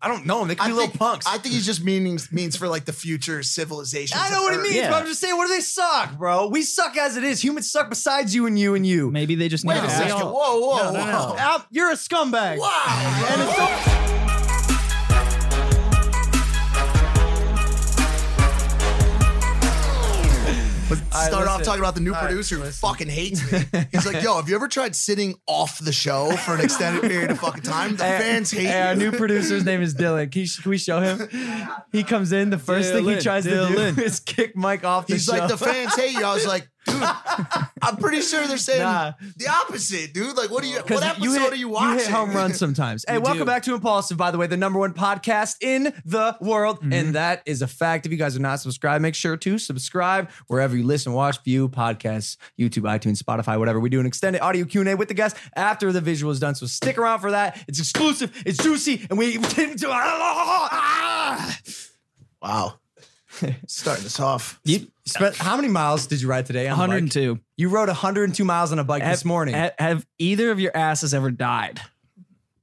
I don't know. They could I be think, little punks. I think he's just meanings means for like the future civilization. I know what it means, Yeah. but I'm just saying, what do they suck, bro? We suck as it is. Humans suck besides you and you and you. Maybe they just need Wait to a ask- second. Whoa, whoa, No, no, whoa. no. Al, you're a scumbag. Wow. bro. But right, start off listen. talking about the new All right, producer who listen. fucking hates me. He's like, yo, have you ever tried sitting off the show for an extended period of fucking time? The Hey, fans hate hey, you. Our new producer's name is Dylan. Can, you, can we show him? He comes in. The first thing he Dylan, tries to Dylan. do is kick Mike off the He's show. like, the fans hate you. I was like, dude, I'm pretty sure they're saying Nah. the opposite, dude. Like, what do you? What 'Cause episode hit, are you watching? You hit home runs sometimes. hey, You welcome do. back to Impulsive, by the way, the number one podcast in the world. And that is a fact. If you guys are not subscribed, make sure to subscribe wherever you listen, watch, view, podcasts, YouTube, iTunes, Spotify, whatever. We do an extended audio Q&A with the guests after the visual is done. So stick around for that. It's exclusive. It's juicy. And we didn't do ah! Wow. Starting this off. You spe- How many miles did you ride today? On a bike? 102. You rode 102 miles on a bike this Have- morning. ha- Have either of your asses ever died?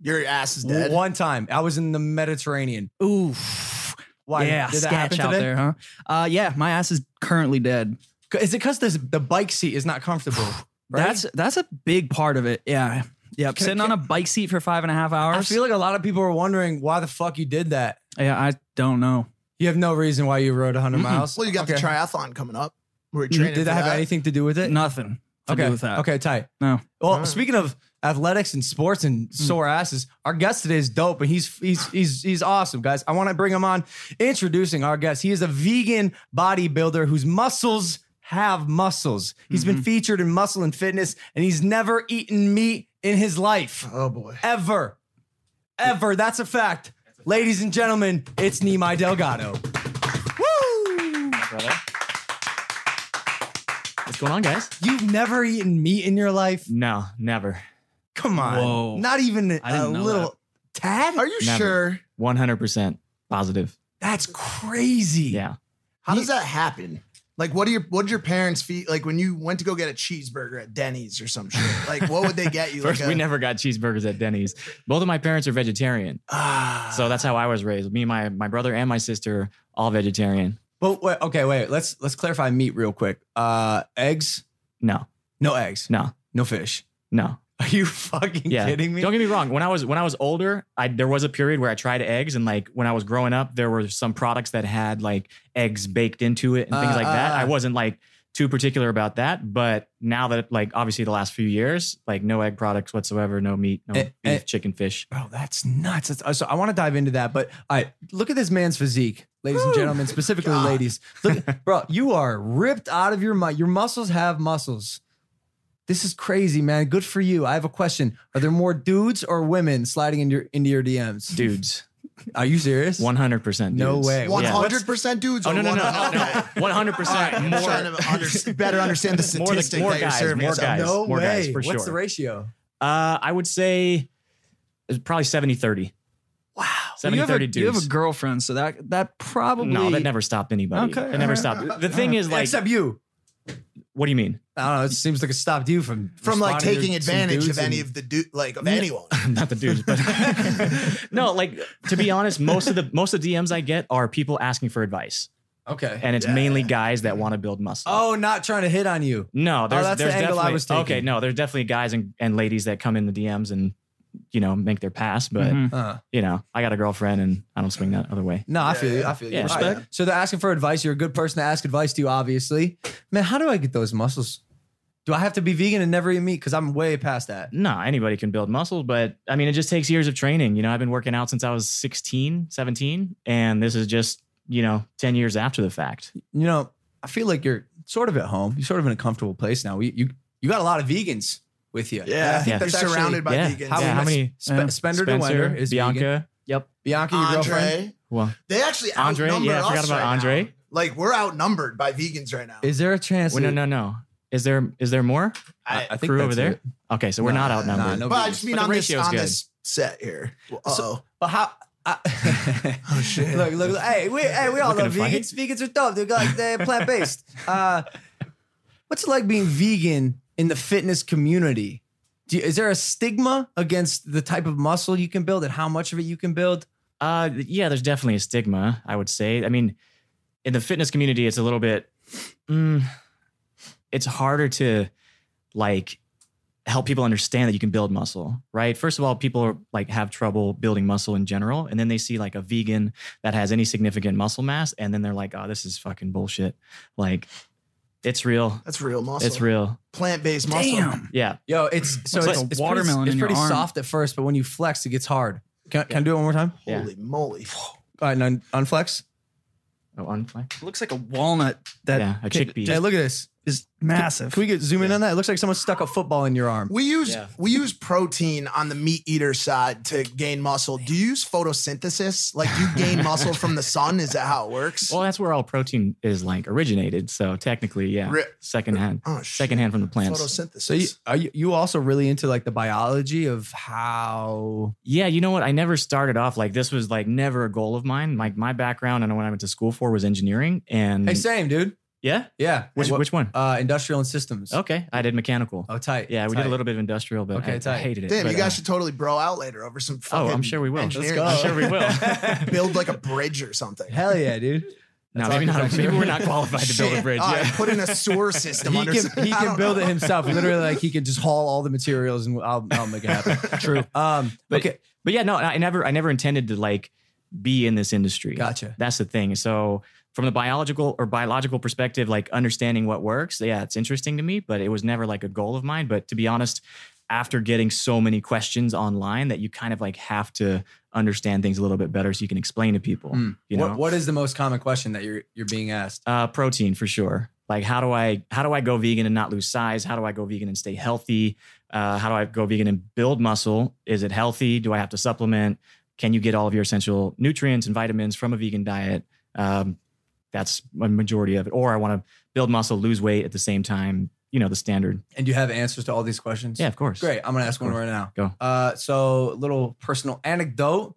Your ass is dead. W- One time. I was in the Mediterranean. Oof. Why? yeah, did that sketch happen out today? there, huh? Uh, yeah, my ass is currently dead. C- Is it because the bike seat is not comfortable? right? That's that's a big part of it. Yeah, yeah. Sitting on a bike seat for five and a half hours. I feel like a lot of people are wondering why the fuck you did that. yeah, I don't know. You have no reason why you rode 100 miles. Well, you got the Okay. triathlon coming up. We're training. Did for that have anything to do with it? Nothing to okay. do with that. Okay, tight. No. Well, Alright. speaking of athletics and sports and sore asses, our guest today is dope, and he's he's he's he's awesome, guys. I want to bring him on. Introducing our guest, he is a vegan bodybuilder whose muscles have muscles. He's been featured in Muscle and Fitness, and he's never eaten meat in his life Oh boy. ever, ever. That's a fact, ladies and gentlemen. It's Nimai Delgado. What's going on, guys? You've never eaten meat in your life. No, never. Come on, Whoa. not even a I didn't know little tad. Are you Never. sure? 100% positive. That's crazy. Yeah. How does that happen? Like, what are your what would your parents feed? Like when you went to go get a cheeseburger at Denny's or some shit. Like, what would they get you? First, like a- we never got cheeseburgers at Denny's. Both of my parents are vegetarian. Ah. So that's how I was raised. Me, my, my brother, and my sister, all vegetarian. But wait, okay, wait. Let's let's clarify meat real quick. Uh, eggs? No, No eggs. no, No fish. no. Are you fucking Yeah. kidding me? Don't get me wrong. When I was when I was older, I there was a period where I tried eggs, and like when I was growing up, there were some products that had like eggs baked into it and things Uh, like that. uh, I wasn't like too particular about that, but now that like obviously the last few years, like no egg products whatsoever, no meat, no Eh, beef, eh. chicken, fish. Bro, that's nuts. That's, uh, so I want to dive into that, but all right, look at this man's physique, ladies and gentlemen, specifically God. ladies. Look, bro, you are ripped out of your mind. Your muscles have muscles. This is crazy, man. Good for you. I have a question. Are there more dudes or women sliding into your into your DMs? Dudes, Are you serious? one hundred percent. No way. One Yeah. hundred percent dudes. Oh or no no no one- no no. One hundred percent I'm trying more. to under- better understand the More the- statistic more that you're guys, serving. more us. guys. No more way. guys, for What's sure. the ratio? Uh, I would say it's probably 70 30. Wow. 70 you, have 30 a, dudes. you have a girlfriend, so that that probably no, that never stopped anybody. Okay, That never alright. stopped. The thing is, like, Except you. what do you mean? I don't know. It seems like it stopped you from From like responding to taking some advantage dudes of any and- of the dude, like of anyone. Not the dudes, but no, like to be honest, most of the most of the DMs I get are people asking for advice, Okay. and it's mainly guys that want to build muscle. oh, not trying to hit on you. no, there's Oh, that's the there's angle definitely I was taking. okay. No, there's definitely guys and, and ladies that come in the DMs and you know make their pass, but Mhm. Uh, you know I got a girlfriend and I don't swing that other way. no, I feel you. I feel you. All Yeah. right. Respect. So they're asking for advice. You're a good person to ask advice to, obviously. Man, how do I get those muscles? Do I have to be vegan and never eat meat? Because I'm way past that. no, anybody can build muscle, but I mean, it just takes years of training. You know, I've been working out since I was 16, 17, and this is just, you know, 10 years after the fact. You know, I feel like you're sort of at home. You're sort of in a comfortable place now. You you, you got a lot of vegans with you. And I think Yeah. that's you're actually- surrounded by yeah. vegans. How, Yeah, we how met many- uh, Spe- Spender to Spencer, Wender is Bianca, vegan. Yep. Bianca, your girlfriend. Andre. Well, They actually Andre, outnumber yeah, I us forgot about right Andre. now. Like we're outnumbered by vegans right now. Is there a chance? wait, no, that- no, no. Is there is there more I- I think crew that's over there? it. Okay, so we're Nah, not outnumbered. nah, no but I just mean But the on this ratio's on good. this set here. So- Oh, But how? I, oh shit! look, look, look, hey, we, hey, we all Looking love to fight? vegans. Vegans are dope. They're like they're plant based. Uh, what's it like being vegan in the fitness community? Do you, is there a stigma against the type of muscle you can build and how much of it you can build? Uh, yeah, there's definitely a stigma. I would say. I mean, in the fitness community, it's a little bit. Mm, it's harder to like help people understand that you can build muscle, right? First of all, people are, like have trouble building muscle in general, and then they see like a vegan that has any significant muscle mass, and then they're like, "Oh, this is fucking bullshit." Like, it's real. That's real muscle. It's real. plant based muscle. Yeah. Yo, it's so it's, It's like a it's watermelon Pretty, in it's your pretty arm. soft at first, but when you flex, it gets hard. Can, can I do it one more time? Yeah. Holy moly! All right, un- unflex. Oh, unplay. It looks like a walnut that Yeah, a can- chickpea. Hey, look at this. is massive. Can we get zoom in on that? It looks like someone stuck a football in your arm. We use Yeah. we use protein on the meat eater side to gain muscle. Do you use photosynthesis? Like you gain muscle from the sun? Is that how it works? Well, that's where all protein is like originated. So technically, yeah, Re- secondhand, oh shit! secondhand from the plants. photosynthesis. So you, are you, you also really into like the biology of how? Yeah, you know what? I never started off like this was like never a goal of mine. Like my background and what I went to school for was engineering. And Hey, same dude. yeah, Yeah. Mm. which What- which one? Uh, industrial and systems. okay, I did mechanical. Oh, tight. yeah, we did tight. a little bit of industrial, but Okay, I- I, tight. hated it. Damn, But, you guys uh, should totally bro out later over some. Oh, Fucking I'm sure we will. Let's engineering. go. I'm sure we will. Build like a bridge or something. Hell yeah, dude. That's no, maybe all not. exactly Maybe we're right. not qualified to build a Shit. bridge. All right, Yeah. put in a sewer system. He under can, he I can don't build know. it himself. Literally, like he can just haul all the materials and I'll, I'll make it happen. True. Um, But- okay. But yeah, no, I never I never intended to like be in this industry. Gotcha. That's the thing. So from the biological or biological perspective, like understanding what works, yeah, it's interesting to me, but it was never like a goal of mine. But to be honest, after getting so many questions online that you kind of like have to understand things a little bit better so you can explain to people. Hmm. You know? What, what is the most common question that you're you're being asked? Uh, protein for sure. Like how do I how do I go vegan and not lose size? How do I go vegan and stay healthy? Uh, how do I go vegan and build muscle? Is it healthy? Do I have to supplement? Can you get all of your essential nutrients and vitamins from a vegan diet? Um, that's a majority of it. Or I want to build muscle, lose weight at the same time. You know the standard. And do you have answers to all these questions? Yeah, of course. Great. I'm gonna ask one right now. Go. Uh, so little personal anecdote.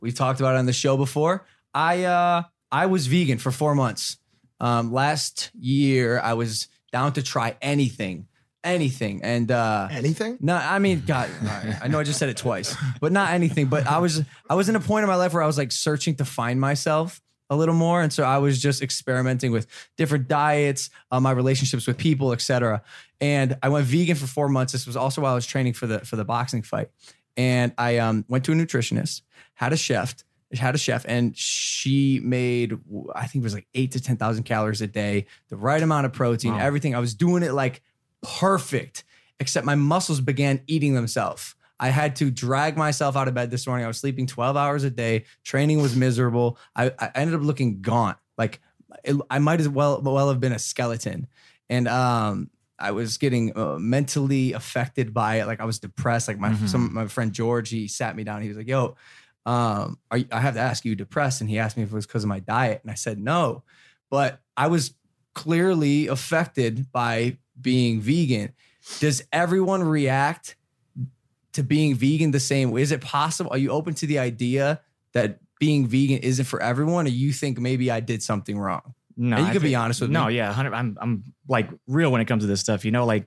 We've talked about it on the show before. I uh I was vegan for four months. Um, last year I was down to try anything, anything, and uh, Anything? no, I mean, God, all right. I know I just said it twice, but not anything. But I was, I was in a point in my life where I was like searching to find myself a little more, and so I was just experimenting with different diets, uh, my relationships with people, etc. And I went vegan for four months. This was also while I was training for the for the boxing fight, and I um, went to a nutritionist, had a chef, had a chef, and she made I think it was like eight to ten thousand calories a day, the right amount of protein, Wow. everything. I was doing it like perfect except my muscles began eating themselves. I had to drag myself out of bed this morning. I was sleeping 12 hours a day. Training was miserable. I, I ended up looking gaunt. Like it, I might as well well have been a skeleton. And um, I was getting uh, mentally affected by it. Like I was depressed. Like my Mhm. some my friend George, he sat me down. He was like, "Yo, um, are you, I have to ask you depressed?" And he asked me if it was because of my diet, and I said no. But I was clearly affected by being vegan. Does everyone react to being vegan the same way? Is it possible? Are you open to the idea that being vegan isn't for everyone, or you think maybe I did something wrong? No, And you I could be think- honest with no, me. yeah, 100, I'm I'm like real when it comes to this stuff. You know, like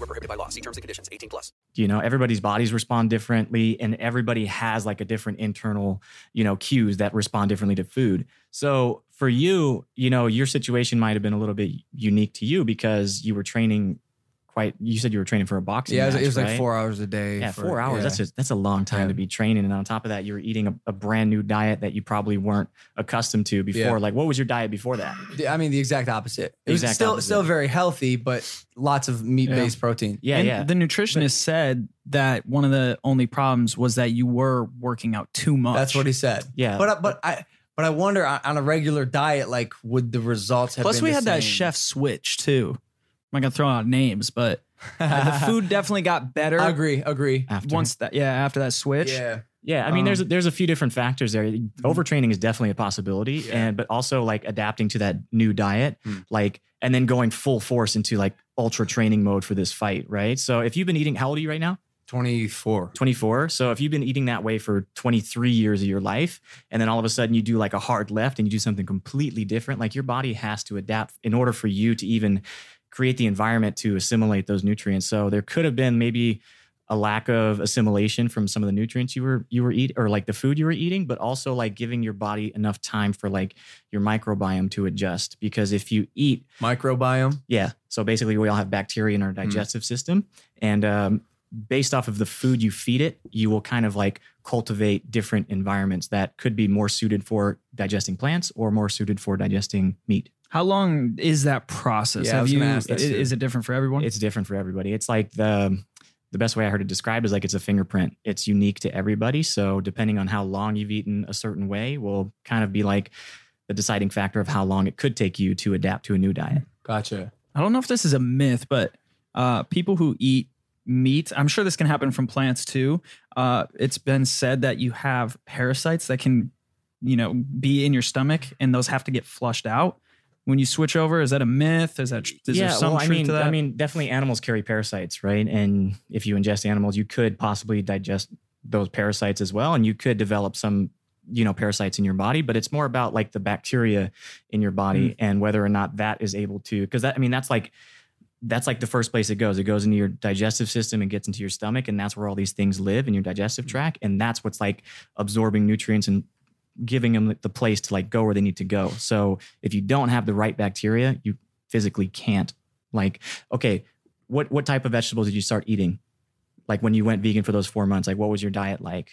were prohibited by law. See terms and conditions. 18 plus. you know everybody's bodies respond differently and everybody has like a different internal you know cues that respond differently to food so for you you know your situation might have been a little bit unique to you because you were training quite. You said you were training for a boxing. Yeah, it was, match, it was like right? four hours a day. Yeah, for- four hours. yeah. That's a that's a long time Yeah. to be training, and on top of that, you were eating a, a brand new diet that you probably weren't accustomed to before. Yeah. Like, what was your diet before that? The- I mean, the exact opposite. It The was exact still opposite. still very healthy, but lots of meat based protein. Yeah, and yeah. The nutritionist said that one of the only problems was that you were working out too much. That's what he said. Yeah. but I- but I but I wonder on on a regular diet, like would the results have? Plus, been we the had that same? chef switch too. I'm not gonna throw out names, but uh, the food definitely got better. I agree. Agree. After. Once that, yeah, after that switch, Yeah. Yeah, I mean, there's a, Um, there's a few different factors there. Overtraining is definitely a possibility, and but also like adapting to that new diet, like and then going full force into like ultra training mode for this fight, right? So if you've been eating, how old are you right now? 24. 24. So if you've been eating that way for 23 years of your life, and then all of a sudden you do like a hard left and you do something completely different, like your body has to adapt in order for you to even create the environment to assimilate those nutrients. So there could have been maybe a lack of assimilation from some of the nutrients you were you were eating or like the food you were eating, but also like giving your body enough time for like your microbiome to adjust. Because if you eat Microbiome. yeah. So basically, we all have bacteria in our digestive system, and um, based off of the food you feed it, you will kind of like cultivate different environments that could be more suited for digesting plants or more suited for digesting meat. How long is that process? Yeah, I Have was you? gonna ask that i- too. is it different for everyone? It's different for everybody. It's like the um, the best way I heard it described is like it's a fingerprint. It's unique to everybody. So depending on how long you've eaten a certain way, will kind of be like the deciding factor of how long it could take you to adapt to a new diet. Gotcha. I don't know if this is a myth, but uh, people who eat meat, I'm sure this can happen from plants too. Uh, it's been said that you have parasites that can, you know, be in your stomach, and those have to get flushed out when you switch over. Is that a myth? Is that is there some I truth mean, to that? I mean, definitely animals carry parasites, right? And if you ingest animals, you could possibly digest those parasites as well, and you could develop some, you know, parasites in your body. But it's more about like the bacteria in your body Mm. and whether or not that is able to, because that, I mean, that's like. That's like the first place it goes. It goes into your digestive system and gets into your stomach, and that's where all these things live in your Mm. digestive tract. And that's what's like absorbing nutrients and giving them the place to like go where they need to go. So if you don't have the right bacteria, you physically can't. Like, okay, what what type of vegetables did you start eating? Like when you went vegan for those four months, like what was your diet like?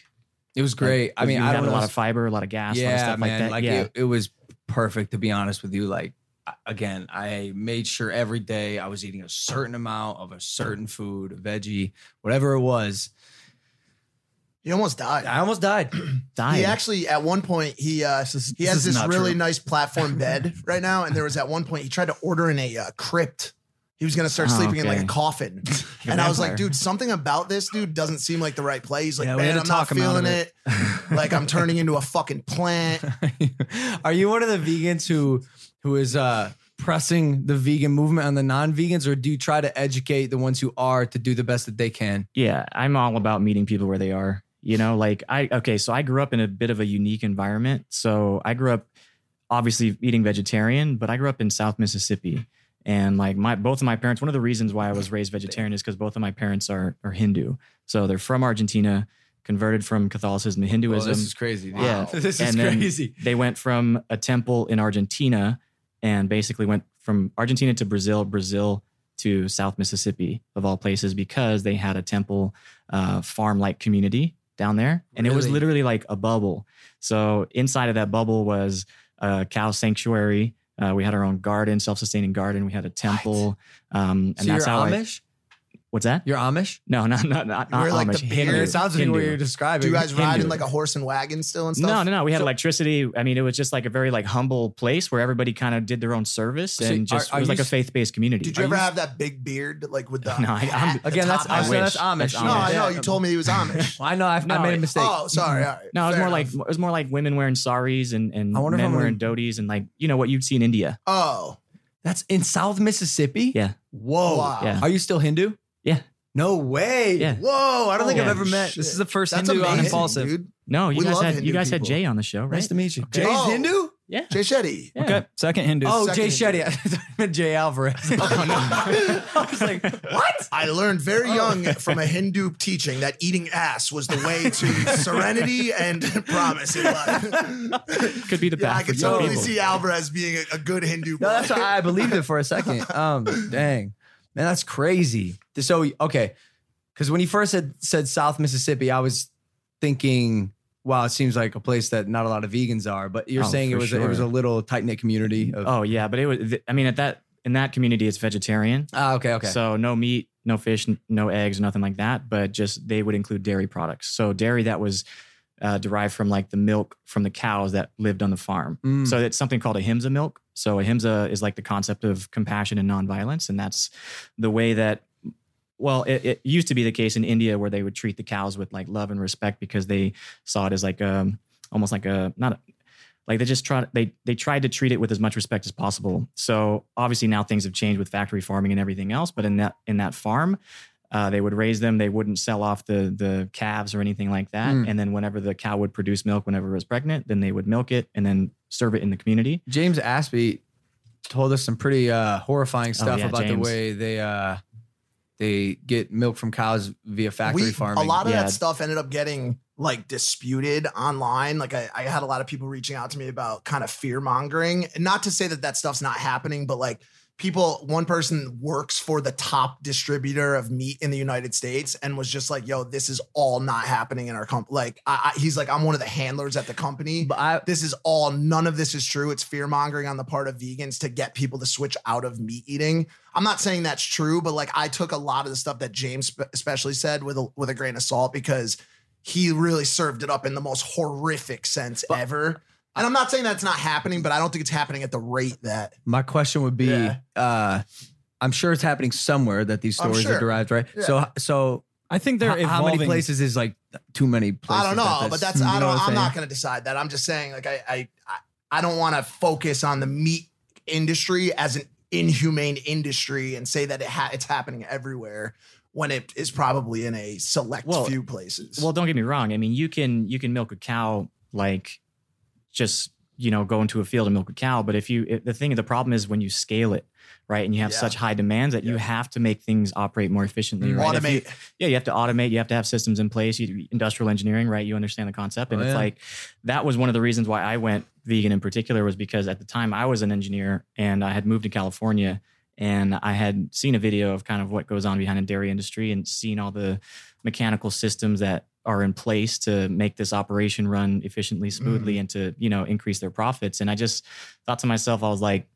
It was great. I Did mean, you I have don't a know. lot of fiber, a lot of gas, a lot yeah, of stuff man. like that. yeah, it, it was perfect to be honest with you. Like I- again, I made sure every day I was eating a certain amount of a certain food, veggie, whatever it was. He almost died. I almost died. diet. He actually, at one point, he uh, he this has is this not really true. nice platform bed right now, and there was at one point he tried to order in a uh, crypt. He was gonna start Oh, sleeping in like okay. a coffin, a and I was like, vampire. dude, something about this dude doesn't seem like the right play. He's like, Yeah, we had man, to I'm not talk him out of feeling it. like I'm turning into a fucking plant. Are you one of the vegans who who is uh pressing the vegan movement on the non-vegans or do you try to educate the ones who are to do the best that they can? yeah, I'm all about meeting people where they are. You know, like I okay, so I grew up in a bit of a unique environment. So I grew up obviously eating vegetarian, but I grew up in South Mississippi. And like my both of my parents, one of the reasons why I was raised vegetarian is because both of my parents are are Hindu. So they're from Argentina, converted from Catholicism to Well, Hinduism. this is crazy. dude. Yeah. this is And then crazy. They went from a temple in Argentina and basically went from Argentina to Brazil, Brazil to South Mississippi, of all places, because they had a temple uh, farm like community down there. And it was Really? literally like a bubble. So inside of that bubble was a cow sanctuary. Uh, we had our own garden, self sustaining garden. We had a temple. Um, and so you're that's how I, Amish? what's that? you're Amish? No, not, not, not, not We're like the Amish. Hindu. beard. It sounds like what Hindu. you're describing. Do you guys ride in Hindu. like a horse and wagon still and stuff? No, no, no. We had So- electricity. I mean, it was just like a very like humble place where everybody kind of did their own service So and are- just are it was you like a s- faith based community. Did you ever have that big beard like with the No, I- hat, I'm- the Again, that's top hat? I, so wish. that's Amish. That's No, I Amish. know. You told me he was Amish. I know. I've, No, I made a it- mistake. oh, sorry. All right. No, it was Fair more like enough. it was more like women wearing saris and and I wonder if men I'm wearing gonna- dhotis and like you know what you'd see in India. oh, That's in South Mississippi. Yeah. Whoa. Wow. Yeah. Are you still Hindu? Yeah. No way. Yeah. Whoa. I don't think I've Yeah. ever met. Shit. this is the first that's Hindu on amazing, impulsive. dude. No, you We guys love had Hindu you guys had people. Jay on the show, right? Nice to meet you. Okay. Jay's Oh. Hindu? yeah. Jay Shetty. Yeah. Okay, second Hindu. Oh, Second Jay Hindu. Shetty. Oh, I thought you meant Jay Alvarez. I was like, what? I learned Oh. very young from a Hindu teaching that eating ass was the way to serenity and promise in life. Could be the yeah, I path for could some totally people. see Alvarez being a, a good Hindu. No, that's boy. why I believed it for a second. Um, dang. Man, that's crazy. So okay, because when you first said said South Mississippi, I was thinking, wow, it seems like a place that not a lot of vegans are. But you're Oh, saying it for was a, it was a sure. little tight knit community. Of, Oh yeah, but it was. I mean, at that in that community, it's vegetarian. Ah, okay, okay. So no meat, no fish, n- no eggs, nothing like that. But just they would include dairy products. So dairy that was uh, derived from like the milk from the cows that lived on the farm. Mm. So it's something called ahimsa milk. So ahimsa is like the concept of compassion and nonviolence, and that's the way that. Well, it, it used to be the case in India where they would treat the cows with like love and respect because they saw it as like um almost like a not a, like they just tried they they tried to treat it with as much respect as possible. So obviously now things have changed with factory farming and everything else. But in that in that farm, uh, they would raise them. They wouldn't sell off the the calves or anything like that. Hmm. Mm. And then whenever the cow would produce milk, whenever it was pregnant, then they would milk it and then serve it in the community. James Aspie told us some pretty uh, horrifying stuff Oh, yeah, about the James. way they uh, they get milk from cows via factory we, farming. A lot of Yeah. that stuff ended up getting like disputed online. Like I, I had a lot of people reaching out to me about kind of fear mongering. Not to say that that stuff's not happening, but like people, one person works for the top distributor of meat in the United States and was just like, "Yo, this is all not happening in our company." Like I, I, he's like, "I'm one of the handlers at the company." But I, this is all none of this is true. It's fear mongering on the part of vegans to get people to switch out of meat eating. I'm not saying that's true, but like I took a lot of the stuff that James spe- especially said with a with a grain of salt because he really served it up in the most horrific sense ever. And I'm not saying that's not happening, but I don't think it's happening at the rate that my question would be, Yeah. uh, I'm sure it's happening somewhere that these I'm stories are sure. derived, right? Yeah. So, so I think they're h- how many evolving. places is like too many places? I don't know, but that's you I know don't. what I'm not saying? going to decide that. I'm just saying, like I I I- I don't want to focus on the meat industry as an inhumane industry and say that it ha- it's happening everywhere when it is probably in a select Well- few places. Well, don't get me wrong. I mean, you can you can milk a cow like just you know go into a field and milk a cow. But if you if, the thing the problem is when you scale it right and you have Yeah. Mm. such high demands that you have to make things operate more efficiently. Right? If you- automate. yeah, you have to automate. You have to have systems in place. You, industrial engineering, right? You understand the concept, and Oh, it's yeah. like that was one of the reasons why I went vegan in particular was because at the time I was an engineer and I had moved to California and I had seen a video of kind of what goes on behind the dairy industry and seen all the mechanical systems that are in place to make this operation run efficiently, smoothly, Mm. and to you know increase their profits. And I just thought to myself, I was like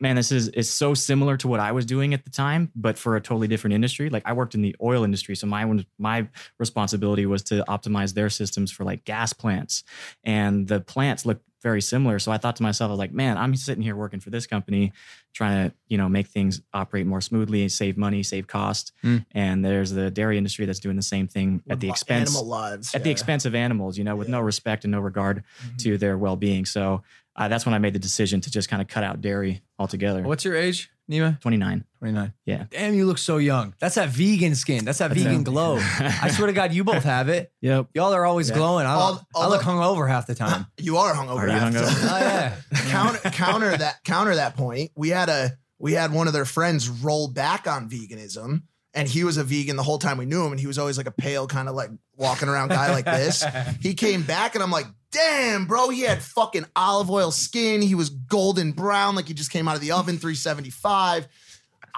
man, this is is so similar to what I was doing at the time, but for a totally different industry. Like I worked in the oil industry, so my one my responsibility was to optimize their systems for like gas plants, and the plants looked very similar. So I thought to myself, I was like, man, I'm sitting here working for this company, trying to you know make things operate more smoothly, save money, save cost, Mm. and there's the dairy industry that's doing the same thing at the Li- expense animal lives at the yeah. expense of animals, you know, with no respect and no regard to their well being. So uh, that's when I made the decision to just kind of cut out dairy altogether. What's your age, Nima? 29. 29. Yeah. Damn, you look so young. That's that vegan skin. That's that That's vegan it. glow. I swear to God, you both have it. Yep. Y'all are always Yeah. glowing. I, All- I all look the- hungover half the time. You are hungover. Are you after. hungover? oh yeah. counter counter that counter that point. We had a we had one of their friends roll back on veganism, and he was a vegan the whole time we knew him, and he was always like a pale kind of like walking around guy like this. He came back, and I'm like, damn, bro, he had fucking olive oil skin. He was golden brown, like he just came out of the oven, 375.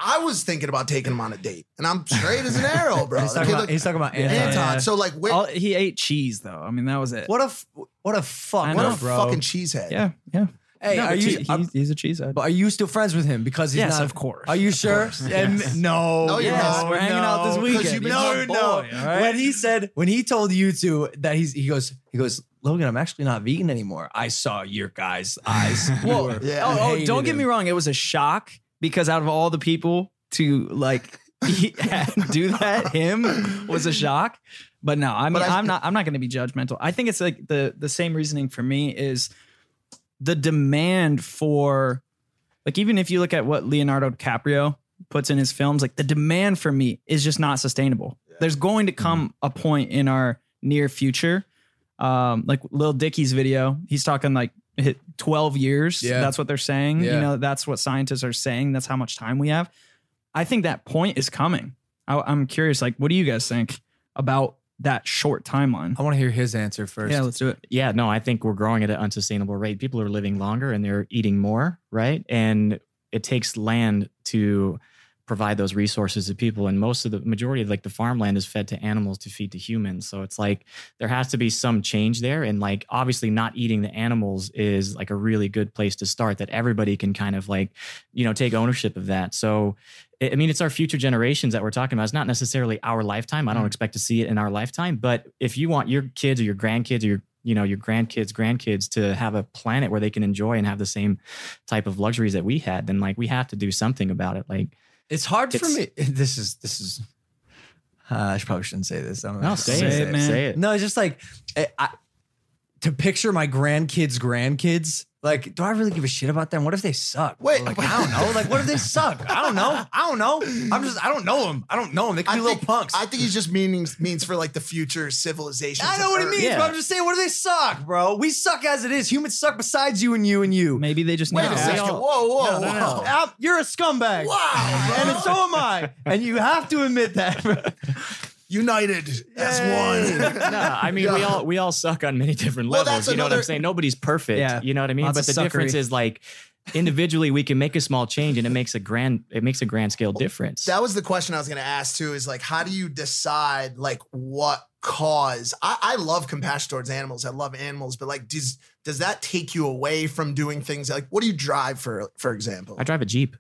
I was thinking about taking him on a date, and I'm straight as an arrow, bro. He's The talking kid about, looked- he's talking about Anton. Anton. Yeah. So like, where, All, he ate cheese though. I mean, that was it. What a f- what a fuck, I what know, a bro. fucking cheesehead. Yeah, yeah. hey, No, are but you? he- are- he's, he's a cheesehead. but are you still friends with him? Because he's yes, not. of course. Are you sure? And- no. No, you're yes, not. We're hanging out this No, 'cause weekend. you've been no, my no. boy, all right? When he said, when he told you two that he's, he goes, he goes, Logan, I'm actually not vegan anymore. I saw your guys' eyes. Well, Yeah. oh, oh, hated don't get him. me wrong. It was a shock because out of all the people to like eat and do that, him was a shock. But no, I mean, But I- I'm not. I'm not going to be judgmental. I think it's like the the same reasoning for me is the demand for, like, even if you look at what Leonardo DiCaprio puts in his films, like the demand for meat is just not sustainable. There's going to come a point in our near future um, like Lil Dicky's video, he's talking like hit 12 years. Yeah. That's what they're saying. Yeah. You know, that's what scientists are saying. That's how much time we have. I think that point is coming. I, I'm curious, like, what do you guys think about that short timeline? I want to hear his answer first. Yeah, let's do it. Yeah, no, I think we're growing at an unsustainable rate. People are living longer and they're eating more, right? And it takes land to provide those resources to people and most of the majority of like the farmland is fed to animals to feed to humans so it's like there has to be some change there and like obviously not eating the animals is like a really good place to start that everybody can kind of like you know take ownership of that so I I mean, it's our future generations that we're talking about. It's not necessarily our lifetime. Mm. I don't expect to see it in our lifetime. But if you want your kids or your grandkids or your you know your grandkids grandkids to have a planet where they can enjoy and have the same type of luxuries that we had then like we have to do something about it like It's hard It's- for me. This is this is. Uh, I probably shouldn't say this. I'm no gonna say, Say it, it, man. say it No, it's just like I, I, to picture my grandkids' grandkids. Like, do I really give a shit about them? What if they suck? Wait. like, I don't know. Like, what if they suck? I don't know. I don't know. I'm just, I don't know them. I don't know them. They could be I little think, punks. I think he's just means means for like the future civilization. I know what it means, Yeah. but I'm just saying, what do they suck, bro? We suck as it is. Humans suck besides you and you and you. Maybe they just need Wait to a ask- second. Whoa, whoa, No, no, no. whoa. Al, You're a scumbag. Wow, bro. And so am I. And you have to admit that. bro. United as one. no i mean we all we all suck on many different Well, levels that's you know what i'm another- saying nobody's perfect Yeah. you know what i mean Lots but the of difference suckery. is like individually we can make a small change and it makes a grand it makes a grand scale difference That was the question I was going to ask too. Is like, how do you decide like what cause? I, I love compassion towards animals. I love animals, but like, does does that take you away from doing things like what do you drive for? For example, i drive a jeep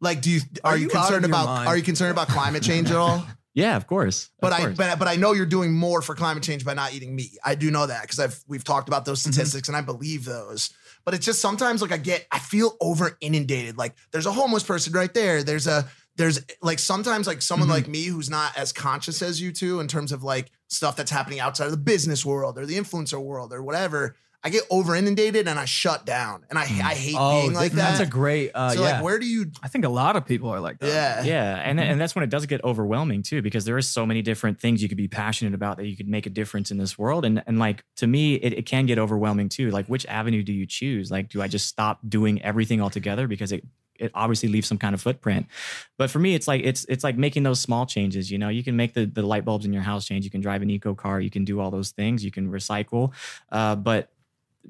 like, do you are, Are you you out of concerned your about mind? are you concerned about climate change at all? yeah of course Of But I course. but but I know you're doing more for climate change by not eating meat. I do know that because I've we've talked about Mm-hmm. those statistics and I believe those. But it's just sometimes like I get I feel over inundated. Like there's a homeless person right there. There's a there's like sometimes like Mm-hmm. someone like me who's not as conscious as you two in terms of like stuff that's happening outside of the business world or the influencer world or whatever. I get over inundated and I shut down and I I hate being like Mm. Oh, that's that. a great. Uh, so yeah. Uh, like where do you I think a lot of people are like that. yeah. yeah and and that's when it does get overwhelming too because there is so many different things you could be passionate about that you could make a difference in this world and and like to me it, it can get overwhelming too like which avenue do you choose like do i just stop doing everything altogether because it it obviously leaves some kind of footprint but for me it's like it's it's like making those small changes you know you can make the, the light bulbs in your house change you can drive an eco car you can do all those things you can recycle uh, but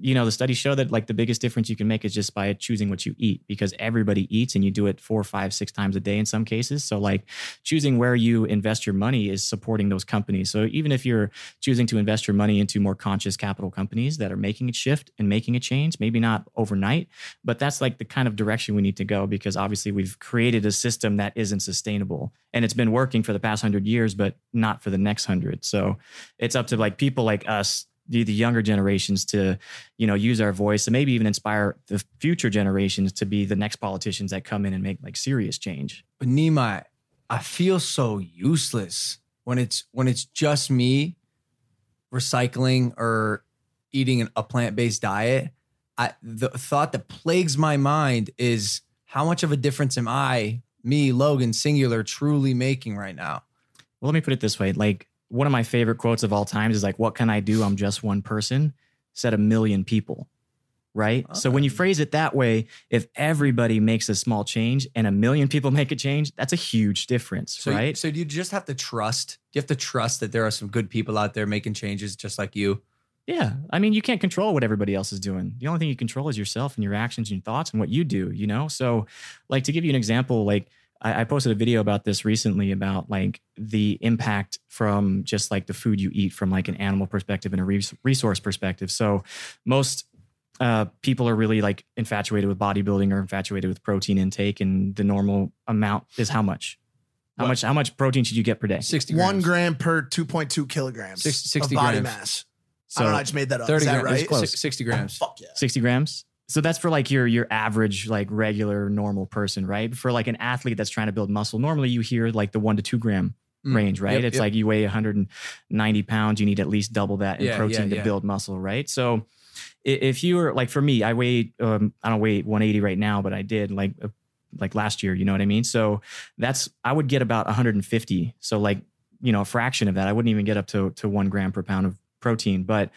you know the studies show that like the biggest difference you can make is just by choosing what you eat because everybody eats and you do it four five six times a day in some cases so like choosing where you invest your money is supporting those companies so even if you're choosing to invest your money into more conscious capital companies that are making a shift and making a change maybe not overnight but that's like the kind of direction we need to go because obviously we've created a system that isn't sustainable and it's been working for the past 100 years but not for the next 100 so it's up to like people like us the, the younger generations to you know use our voice and maybe even inspire the future generations to be the next politicians that come in and make like serious change But Nima, I feel so useless when it's when it's just me recycling or eating an, a plant-based diet. I the thought that plagues my mind is how much of a difference am I, me, Logan, singular, truly making right now? well let me put it this way like one of my favorite quotes of all times is like what can i do i'm just one person said a million people right so Oh. when you phrase it that way if everybody makes a small change and a million people make a change that's a huge difference So, right so you just have to trust. You have to trust that there are some good people out there making changes just like you. Yeah. I mean, you can't control what everybody else is doing. The only thing you control is yourself and your actions and your thoughts and what you do, you know? So, like, to give you an example, like, I, I posted a video about this recently about like the impact from just like the food you eat from like an animal perspective and a res- resource perspective. So, most uh, people are really like infatuated with bodybuilding or infatuated with protein intake, and the normal amount is how much? How much? How much protein should you get per day? Sixty One grams. gram per 2.2 kilograms Six- 60 of body grams. mass. I don't know. I just made that up. Thirty Is that grams. right? Six- Sixty grams. Fuck yeah. 60 grams. So that's for like your your average like regular normal person, right? For like an athlete that's trying to build muscle, normally you hear like the one to two gram Mm. range, right? Yep, it's yep. like you weigh 190 pounds, you need at least double that in Yeah, protein yeah, to yeah. build muscle, right? So i- if you were like for me, I weigh um, I don't weigh 180 right now, but I did like uh, like last year, you know what I mean? So that's I would get about 150. So like you know a fraction of that. I wouldn't even get up to to one gram per pound of protein, but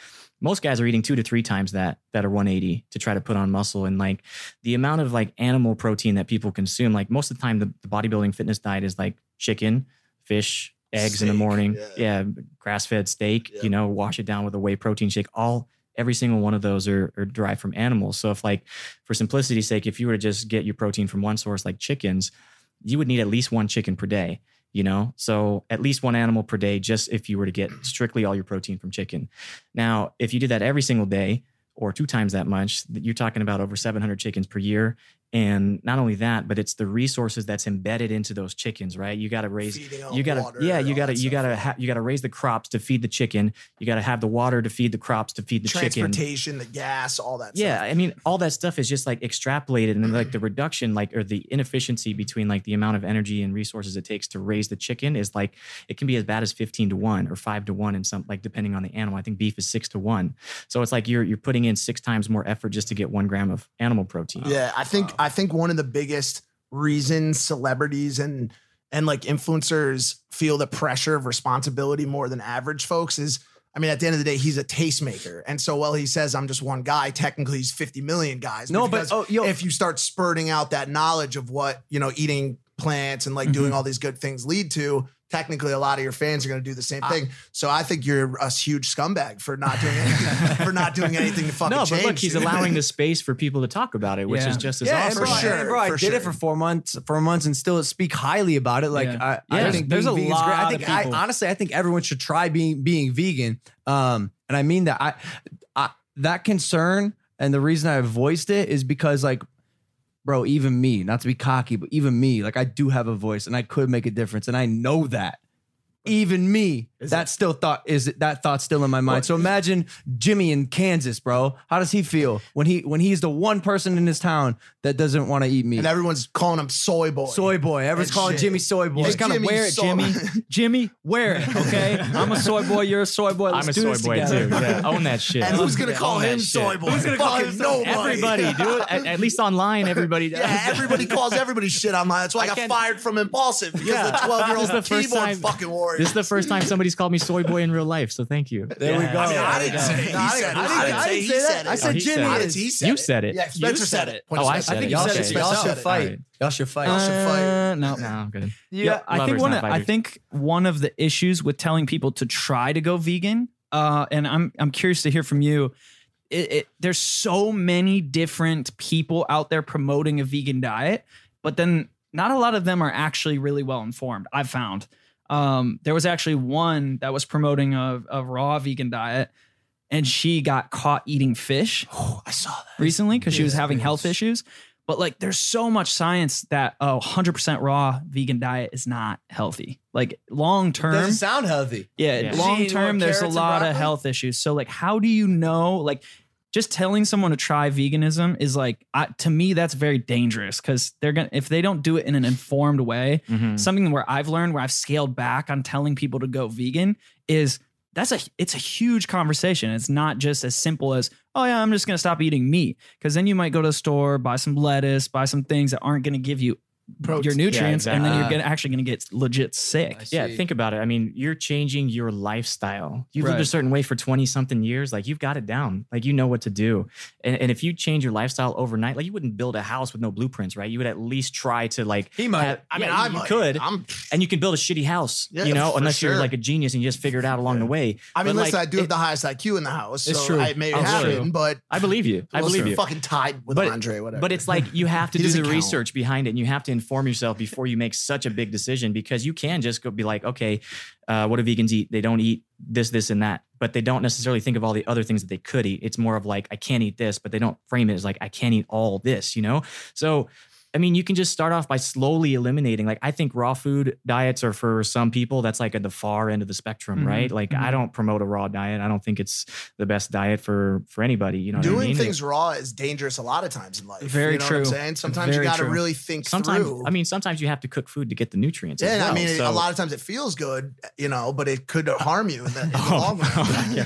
most guys are eating two to three times that that are 180 to try to put on muscle and like the amount of like animal protein that people consume like most of the time the, the bodybuilding fitness diet is like chicken fish eggs in the Steak, morning yeah. yeah, grass-fed steak Yeah. you know wash it down with a whey protein shake all every single one of those are, are derived from animals so if like for simplicity's sake if you were to just get your protein from one source like chickens you would need at least one chicken per day, you know? So at least one animal per day, just if you were to get strictly all your protein from chicken. Now, if you did that every single day or two times that much, th- you're talking about over 700 chickens per year. And not only that, but it's the resources that's embedded into those chickens, right? You got to raise Feeding all you gotta water, yeah you all gotta that you stuff. gotta ha- you gotta raise the crops to feed the chicken you gotta have the water to feed the crops to feed the chicken transportation, the gas, all that. yeah stuff. i mean all that stuff is just like extrapolated and like the reduction like or the inefficiency between like the amount of energy and resources it takes to raise the chicken is like it can be as bad as 15 to 1 or 5 to 1 in some like depending on the animal i think beef is 6 to 1 so it's like you're you're putting in six times more effort just to get one gram of animal protein Yeah, I think I think one of the biggest reasons celebrities and and like influencers feel the pressure of responsibility more than average folks is I mean, at the end of the day, he's a tastemaker. And so while he says I'm just one guy, technically he's 50 million guys. No, but- because oh, yo. if you start spurting out that knowledge of what, you know, eating plants and like Mm-hmm. doing all these good things lead to, technically a lot of your fans are going to do the Ah. same thing. So I think you're a huge scumbag for not doing anything, for not doing anything to fucking no change. but look he's dude. allowing the space for people to talk about it which Yeah. is just as yeah, awesome and bro, For sure, and bro, I for did it sure. for four months, four months, and still speak highly about it. Like, Yeah. I, I Yeah. think There's being a vegan's great. I lot of think, I, people. honestly, I think everyone should try being being vegan. Um, and I mean that. I, I that concern and the reason I voiced it is because like. Bro, even me, not to be cocky, but even me, like I do have a voice and I could make a difference, and I know that. Even me, that still thought is that thought still in my mind. So imagine Jimmy in Kansas, bro. How does he feel when he when he's the one person in his town that doesn't want to eat meat? and everyone's calling him soy boy. Soy boy. Everyone's And calling shit. Jimmy Soy boy. You just gotta Jimmy, wear it, so- Jimmy. Jimmy, wear it. Okay, I'm a soy boy. You're a soy boy. Let's I'm a do soy this boy together. too. Yeah. Own that shit. And who's gonna Yeah, call own that him shit. soy boy? Who's gonna call Fucking him nobody. nobody? Everybody, dude. At, at least online, everybody does. Yeah, everybody calls everybody shit online. That's why I, got can't- fired from Impulsive because the 12 year old This is the keyboard first time- fucking warrior. This is the first time somebody's called me soy boy in real life, so thank you. There we go. I mean, I didn't say it. He I said it. didn't- I didn't say I didn't he say said that. it. I said Oh, he said Jimmy it. is. He said You it. said it. Yeah, Spencer said it. Oh, I said it. Y'all Okay. should, y'all should fight. Alright. Y'all should fight. Y'all should fight. Uh, no, No, I'm good. Yeah, I think Lovers, one. not Of, I fighters. think one of the issues with telling people to try to go vegan, uh, and I'm I'm curious to hear from you. It, it, there's so many different people out there promoting a vegan diet, but then not a lot of them are actually really well informed. I've found um, there was actually one that was promoting a, a raw vegan diet, and she got caught eating fish Oh, I saw that. recently because she was having health issues. But like, there's so much science that oh, 100% raw vegan diet is not healthy. Like long term, Doesn't sound healthy. yeah, Yeah. long She eat more term, there's a carrots and lot of broccoli? health issues. So like, how do you know? Like, just telling someone to try veganism is like, I, to me, that's very dangerous because they're gonna if they don't do it in an informed way. Mm-hmm. Mm. Something where I've learned where I've scaled back on telling people to go vegan is that's a it's a huge conversation. It's not just as simple as oh yeah, I'm just gonna stop eating meat because then you might go to the store, buy some lettuce, buy some things that aren't gonna give you your nutrients, and then you're exactly. gonna, actually gonna get legit sick. Yeah, See. think about it. I mean, you're changing your lifestyle. You've lived Right. a certain way for 20 something years. Like, you've got it down. Like, you know what to do. And, and if you change your lifestyle overnight, like, you wouldn't build a house with no blueprints, right? You would at least try to, like, He might. have- I mean, yeah, I you might. could. I'm, and you can build a shitty house, Yeah, you know, for unless you're sure. like a genius and you just figure it out along the way. I mean, But, listen, like, I do have it- the highest IQ in the house. It's so true. I may It's happen, true. but I believe you. I well, believe you. Fucking tied with But- Andre, whatever. But it's like you have to He do doesn't the count. research behind it, and you have to inform yourself before you make such a big decision because you can just go be like, okay, uh, what do vegans eat? They don't eat this, this, and that, but they don't necessarily think of all the other things that they could eat. It's more of like, I can't eat this, but they don't frame it as like, I can't eat all this, you know? So, I mean, you can just start off by slowly eliminating. Like, I think raw food diets are for some people. That's like at the far end of the spectrum, Mhm. right? Like, I Mhm. don't promote a raw diet. I don't think it's the best diet for for anybody. You know, what I doing mean? things raw is dangerous a lot of times in life. Very you know What I'm true. saying sometimes Very you got to true. really think sometimes through. I mean sometimes you have to cook food to get the nutrients. Yeah, as and I well, mean, it- a so- lot of times it feels good, you know, but it could harm you in the, in the Oh, long run.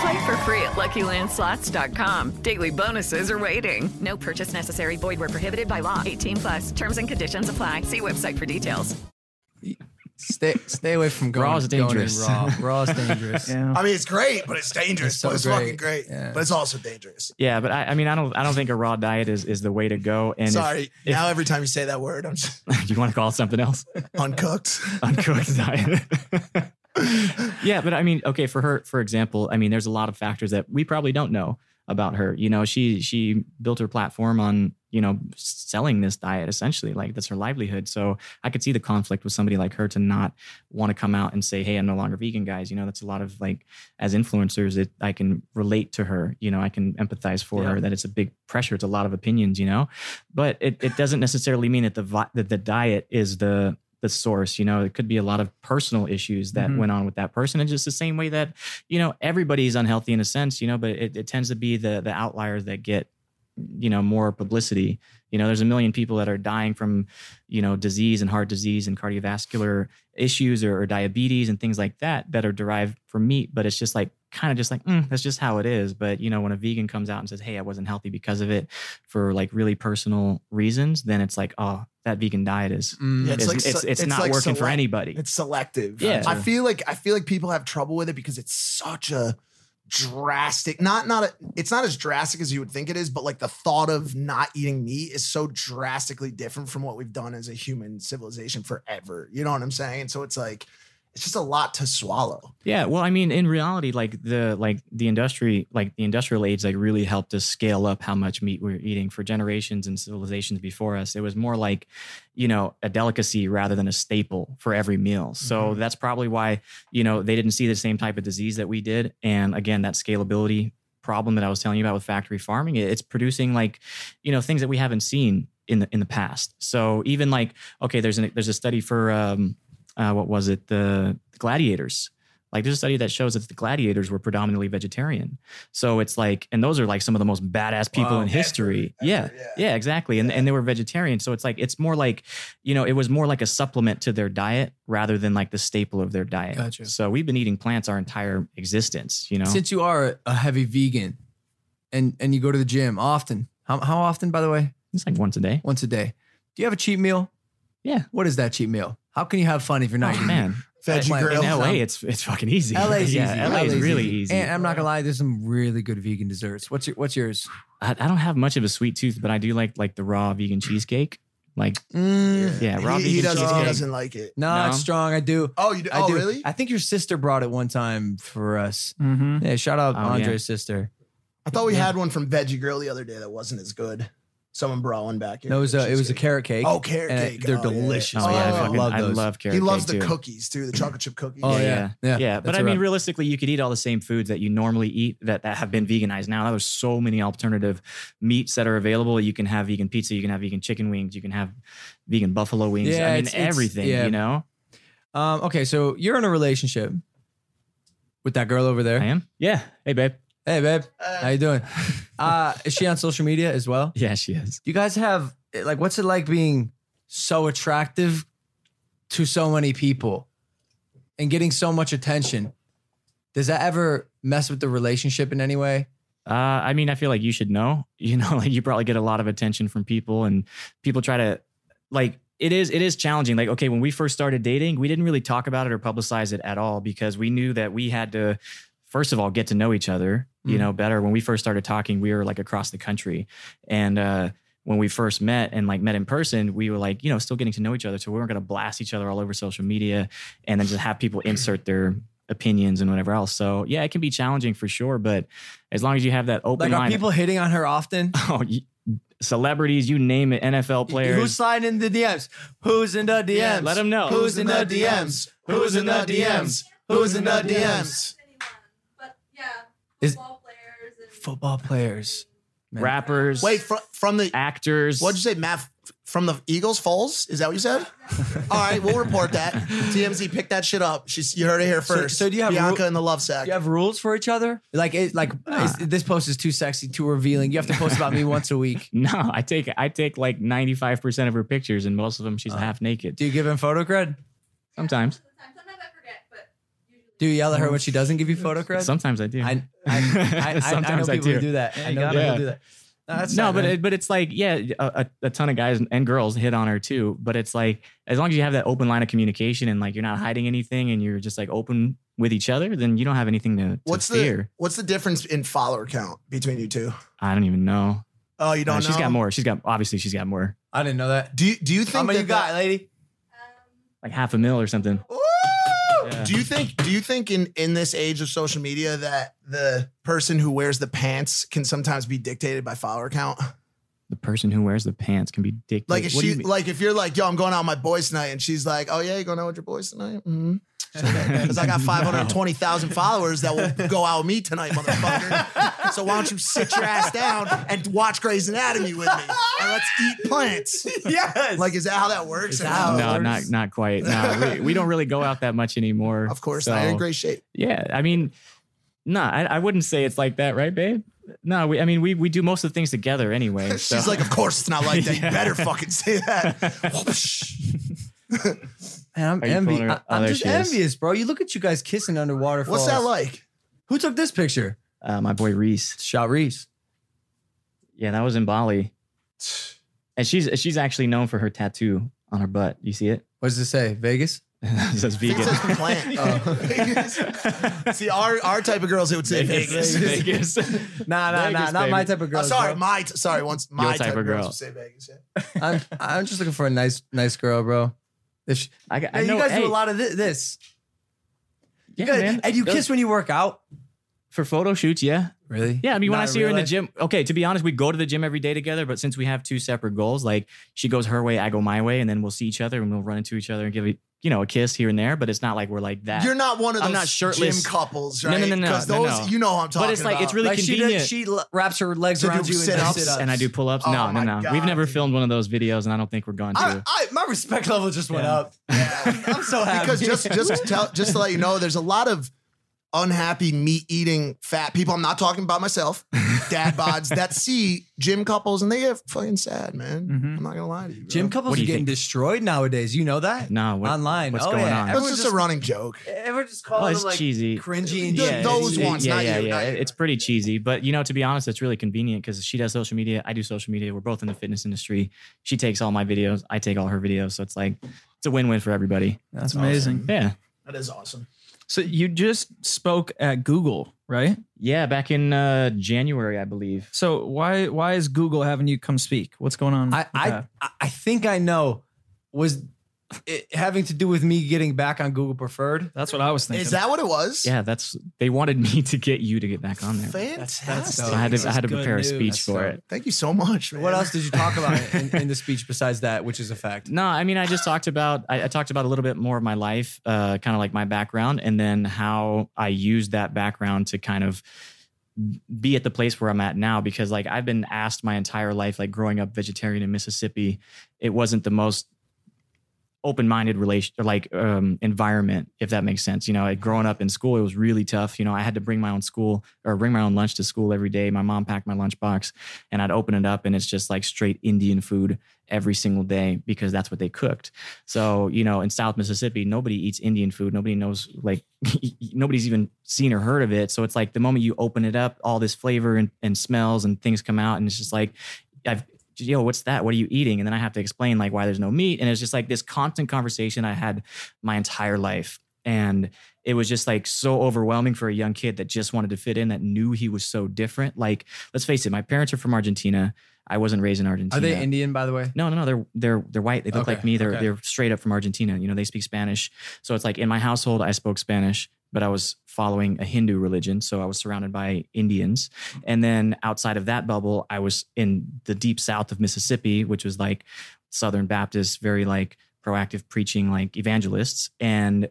Play for free at LuckyLandSlots.com. Daily bonuses are waiting. No purchase necessary. Void were prohibited by law. 18 plus. Terms and conditions apply. See website for details. Stay stay away from going, Raw is going in dangerous. raw. Raw is dangerous. Yeah. I mean, it's great, but it's dangerous. It's so but it's great. fucking great. Yeah. But it's also dangerous. Yeah, but I, I mean, I don't, I don't think a raw diet is, is the way to go. And if- Sorry. now every time you say that word, I'm just you want to call it something else, uncooked. Mm. uncooked diet. yeah, but I mean, okay, for her, for example, I mean, there's a lot of factors that we probably don't know about her. You know, she she built her platform on you know selling this diet essentially, like that's her livelihood. So I could see the conflict with somebody like her to not want to come out and say, "Hey, I'm no longer vegan, guys." You know, that's a lot of like as influencers, it I can relate to her. You know, I can empathize for her that it's a big pressure. It's a lot of opinions. You know, but it, it doesn't necessarily mean that the vi- that the diet is the the source you know it could be a lot of personal issues that Mhm. went on with that person and just the same way that you know everybody's unhealthy in a sense you know but it, it tends to be the the outliers that get you know more publicity you know there's a million people that are dying from you know disease and heart disease and cardiovascular issues or, or diabetes and things like that that are derived from meat but it's just like kind of just like mm, that's just how it is but you know when a vegan comes out and says hey i wasn't healthy because of it for like really personal reasons then it's like oh that vegan diet is Yeah, it's, it's, se- it's, not like working for select- anybody. It's selective. Yeah. I feel like I feel like people have trouble with it because it's such a drastic not not a, it's not as drastic as you would think it is but like the thought of not eating meat is so drastically different from what we've done as a human civilization forever you know what i'm saying and so it's like it's just a lot to swallow yeah. Well, I mean, in reality, like the like the industry, like the industrial age, like really helped us scale up how much meat we were eating for generations and civilizations before us. It was more like, you know, a delicacy rather than a staple for every meal. So that's probably why you know they didn't see the same type of disease that we did. And again, that scalability problem that I was telling you about with factory farming, it- it's producing like, you know, things that we haven't seen in the in the past. So even like, okay, there's an there's a study for um, uh, what was it the gladiators. Like there's a study that shows that the gladiators were predominantly vegetarian. So it's like, and those are like some of the most badass people Wow. in history. yeah, yeah, exactly. And and they were vegetarian. So it's like it's more like, you know, it was more like a supplement to their diet rather than like the staple of their diet. Gotcha. So we've been eating plants our entire existence. You know, Since you are a heavy vegan, and and you go to the gym often, how how often by the way? it's like once a day. Once a day. Do you have a cheat meal? Yeah. What is that cheat meal? How can you have fun if you're not Oh eating? man, veggie Like, grill in LA, it's it's fucking easy. LA's yeah, easy. LA is LA's really easy. And I'm not gonna lie, there's some really good vegan desserts. What's your what's yours? I, I don't have much of a sweet tooth, but I do like like the raw vegan cheesecake. Like Mm, yeah, raw he, he vegan doesn't he cheesecake. doesn't like it No, No. it's strong. I do. oh you do, I oh do. really I think your sister brought it one time for us. Mm-hmm. Yeah, shout out Oh, yeah. Andre's sister. i thought we had one from veggie grill the other day that wasn't as good someone brought one back here No, it was a it was a Cheesecake. carrot cake. Oh, carrot And cake. They're Oh, yeah. delicious. Oh, yeah, I, Oh, fucking, love I those. love carrot he loves the cake, too. cookies too the chocolate chip cookies Oh, yeah, yeah. yeah, Yeah, yeah. that's But I a mean, wrap. realistically, you could eat all the same foods that you normally eat that, that have been veganized now. Now there's so many alternative meats that are available. You can have vegan pizza, you can have vegan chicken wings, you can have vegan buffalo wings. Yeah, I mean, it's- it's- everything. yeah. You know, Um, okay, so you're in a relationship with that girl over there. I am. Yeah. Hey, babe. Hey, babe, how you doing? Uh, is she on social media as well? Yeah, she is. Do you guys have like what's it like being so attractive to so many people and getting so much attention? Does that ever mess with the relationship in any way? Uh, I mean, I feel like you should know. You know, like you probably get a lot of attention from people, and people try to like it is it is challenging. Like, okay, when we first started dating, we didn't really talk about it or publicize it at all because we knew that we had to first of all get to know each other, you Mm. know, better. When we first started talking, we were like across the country, and uh, when we first met and like met in person, we were like you know still getting to know each other, so we weren't gonna blast each other all over social media and then just have people insert their opinions and whatever else. So yeah, it can be challenging for sure, but as long as you have that open Like, are mind, people hitting on her often? oh, you- celebrities, you name it, NFL players, Who's sliding in the DMs? Who's in the DMs? Yeah, let 'em know. Who's in the DMs? Who's in the DMs? Who's in the DMs? But yeah, Is- football players and Football players. Man. rappers, Wait, fr- from the actors. what'd you say, Matt? From the Eagles Falls? Is that what you said? All right, we'll report that. TMZ picked that shit up. She's you heard it here So- first. so do you have Bianca ru- in the love sack? Do you have rules for each other? Like, it, like is, this post is too sexy, too revealing. You have to post about me once a week. no, I take I take like ninety five percent of her pictures, and most of them Uh, she's half naked. Do you give him photo cred? sometimes, sometimes, sometimes I forget, but usually. Do you yell at her when she doesn't give you photo cred? sometimes I do. I, I, I, I, I know people who do that. I know gotta. people who do that. that's no, not but bad. it, but it's like yeah, a, a, a ton of guys and girls hit on her too. But it's like as long as you have that open line of communication and like you're not hiding anything and you're just like open with each other, then you don't have anything to, to What's fear. the what's the difference in follower count between you two? I don't even know. Oh, you don't She's know? got more. She's got obviously she's got more. I didn't know that. Do you, do you think How many that you got, that- lady? Like half a mil or something. Oh. Yeah. Do you think do you think in in this age of social media that the person who wears the pants can sometimes be dictated by follower count? The person who wears the pants can be dictated. Like if What do she you mean? like if you're like, yo, I'm going out with my boys tonight, and she's like, oh yeah, you going out with your boys tonight? Mhm. She's like, "Okay, 'cause I got No. 520,000 followers that will go out with me tonight, motherfucker. so why don't you sit your ass down and watch Grey's Anatomy with me, and let's eat plants? yes. Like, is that how that works? Is that how it Oh, no, works? not not quite. No, we, we don't really go out that much anymore. Of course, so- not in great shape. Yeah, I mean, no, I, I wouldn't say it's like that, right, babe? No, we, I mean, we we do most of the things together anyway. She's so- like, of course it's not like that. Yeah. You better fucking say that. Man, I'm Are you envious. pulling her- oh, I'm there just she is. envious, bro. You look at you guys kissing underwater. What's that like? Who took this picture? uh, my boy Reese. Shot Reese. Yeah, that was in Bali, and she's she's actually known for her tattoo on her butt. You see it? What does it say? Vegas? it says It vegan. says plant. Oh. See, our our type of girls, it would say Vegas. Vegas. Nah, nah, Vegas, nah. Not my baby. type of girl. Oh, sorry, my t- sorry. Once my type type, of of girls girl. would say Vegas. Yeah. I'm, I'm just looking for a nice, nice girl, bro. If she, I, I Hey, know, you guys hey, do a lot of thi- this. Yeah, You guys- man. and you Those- kiss when you work out. for photo shoots. Yeah, Really? Yeah, I mean, when Not I in see her in real the life? gym, okay, to be honest, we go to the gym every day together, but since we have two separate goals, like she goes her way, I go my way, and then we'll see each other and we'll run into each other and give it, you know, a kiss here and there, but it's not like we're like that. You're not one of those I'm not shirtless. gym couples, No, right? no, no, no, 'Cause no, those, no. you know who I'm talking But it's like, it's about. really Like she, convenient. does, she l- wraps her legs To do around you and sit-ups. does sit-ups. and I do pull ups. Oh no, no, my no. God, We've never dude. filmed one of those videos, and I don't think we're going I, to. I, my respect level just went Yeah. up. I'm so happy. because just just to tell just to let you know, there's a lot of unhappy meat eating fat people. I'm not talking about myself, dad bods that see gym couples and they get fucking sad, man. Mm-hmm. Mhm. I'm not gonna lie to you. Bro. gym couples What are do you getting think? destroyed nowadays. You know that? No, what- Online. what's oh, going yeah. on? That's Everyone's just, just, a running joke. everyone just Oh, calling it's them like cheesy. cringy and Th- cheesy. those Yeah, ones, yeah, not yeah, you, yeah. not you. It's pretty cheesy, but you know, to be honest, it's really convenient because she does social media, I do social media. We're both in the fitness industry. She takes all my videos, I take all her videos, so it's like it's a win-win for everybody. That's amazing. Yeah, That is awesome. So you just spoke at Google, right? yeah. Back in uh, January, I believe. So why why is Google having you come speak? What's going on? I, with I that? I- I think I know. Was it having to do with me getting back on Google Preferred? that's what I was thinking. Is that what it was? Yeah, that's they wanted me to get you to get back on there. Fantastic. So I had This to is I had to good prepare a news. speech That's for dope. it. Thank you so much, man. What else did you talk about in, in the speech besides that, which is a fact? No, I mean I just talked about I, I talked about a little bit more of my life, uh, kind of like my background, and then how I used that background to kind of be at the place where I'm at now because like I've been asked my entire life, like growing up vegetarian in Mississippi, it wasn't the most open-minded relation or like um, environment, if that makes sense. You know, like growing up in school, it was really tough. You know, I had to bring my own school or bring my own lunch to school every day. My mom packed my lunchbox and I'd open it up and it's just like straight Indian food every single day because that's what they cooked. So, you know, in South Mississippi, nobody eats Indian food. Nobody knows, like, nobody's even seen or heard of it. So it's like the moment you open it up, all this flavor and, and smells and things come out. And it's just like, I've, yo, what's that? What are you eating? And then I have to explain, like, why there's no meat. And it's just like this constant conversation I had my entire life. And it was just like so overwhelming for a young kid that just wanted to fit in, that knew he was so different. Like, let's face it, my parents are from Argentina. I wasn't raised in Argentina. Are they Indian, by the way? No, no, no. They're they're they're white. They look Okay, like me. They're okay. they're straight up from Argentina. You know, they speak Spanish. So it's like in my household, I spoke Spanish, but I was following a Hindu religion, so I was surrounded by Indians. Mm-hmm. And then outside of that bubble, I was in the deep south of Mississippi, which was like Southern Baptist, very like proactive preaching, like evangelists, and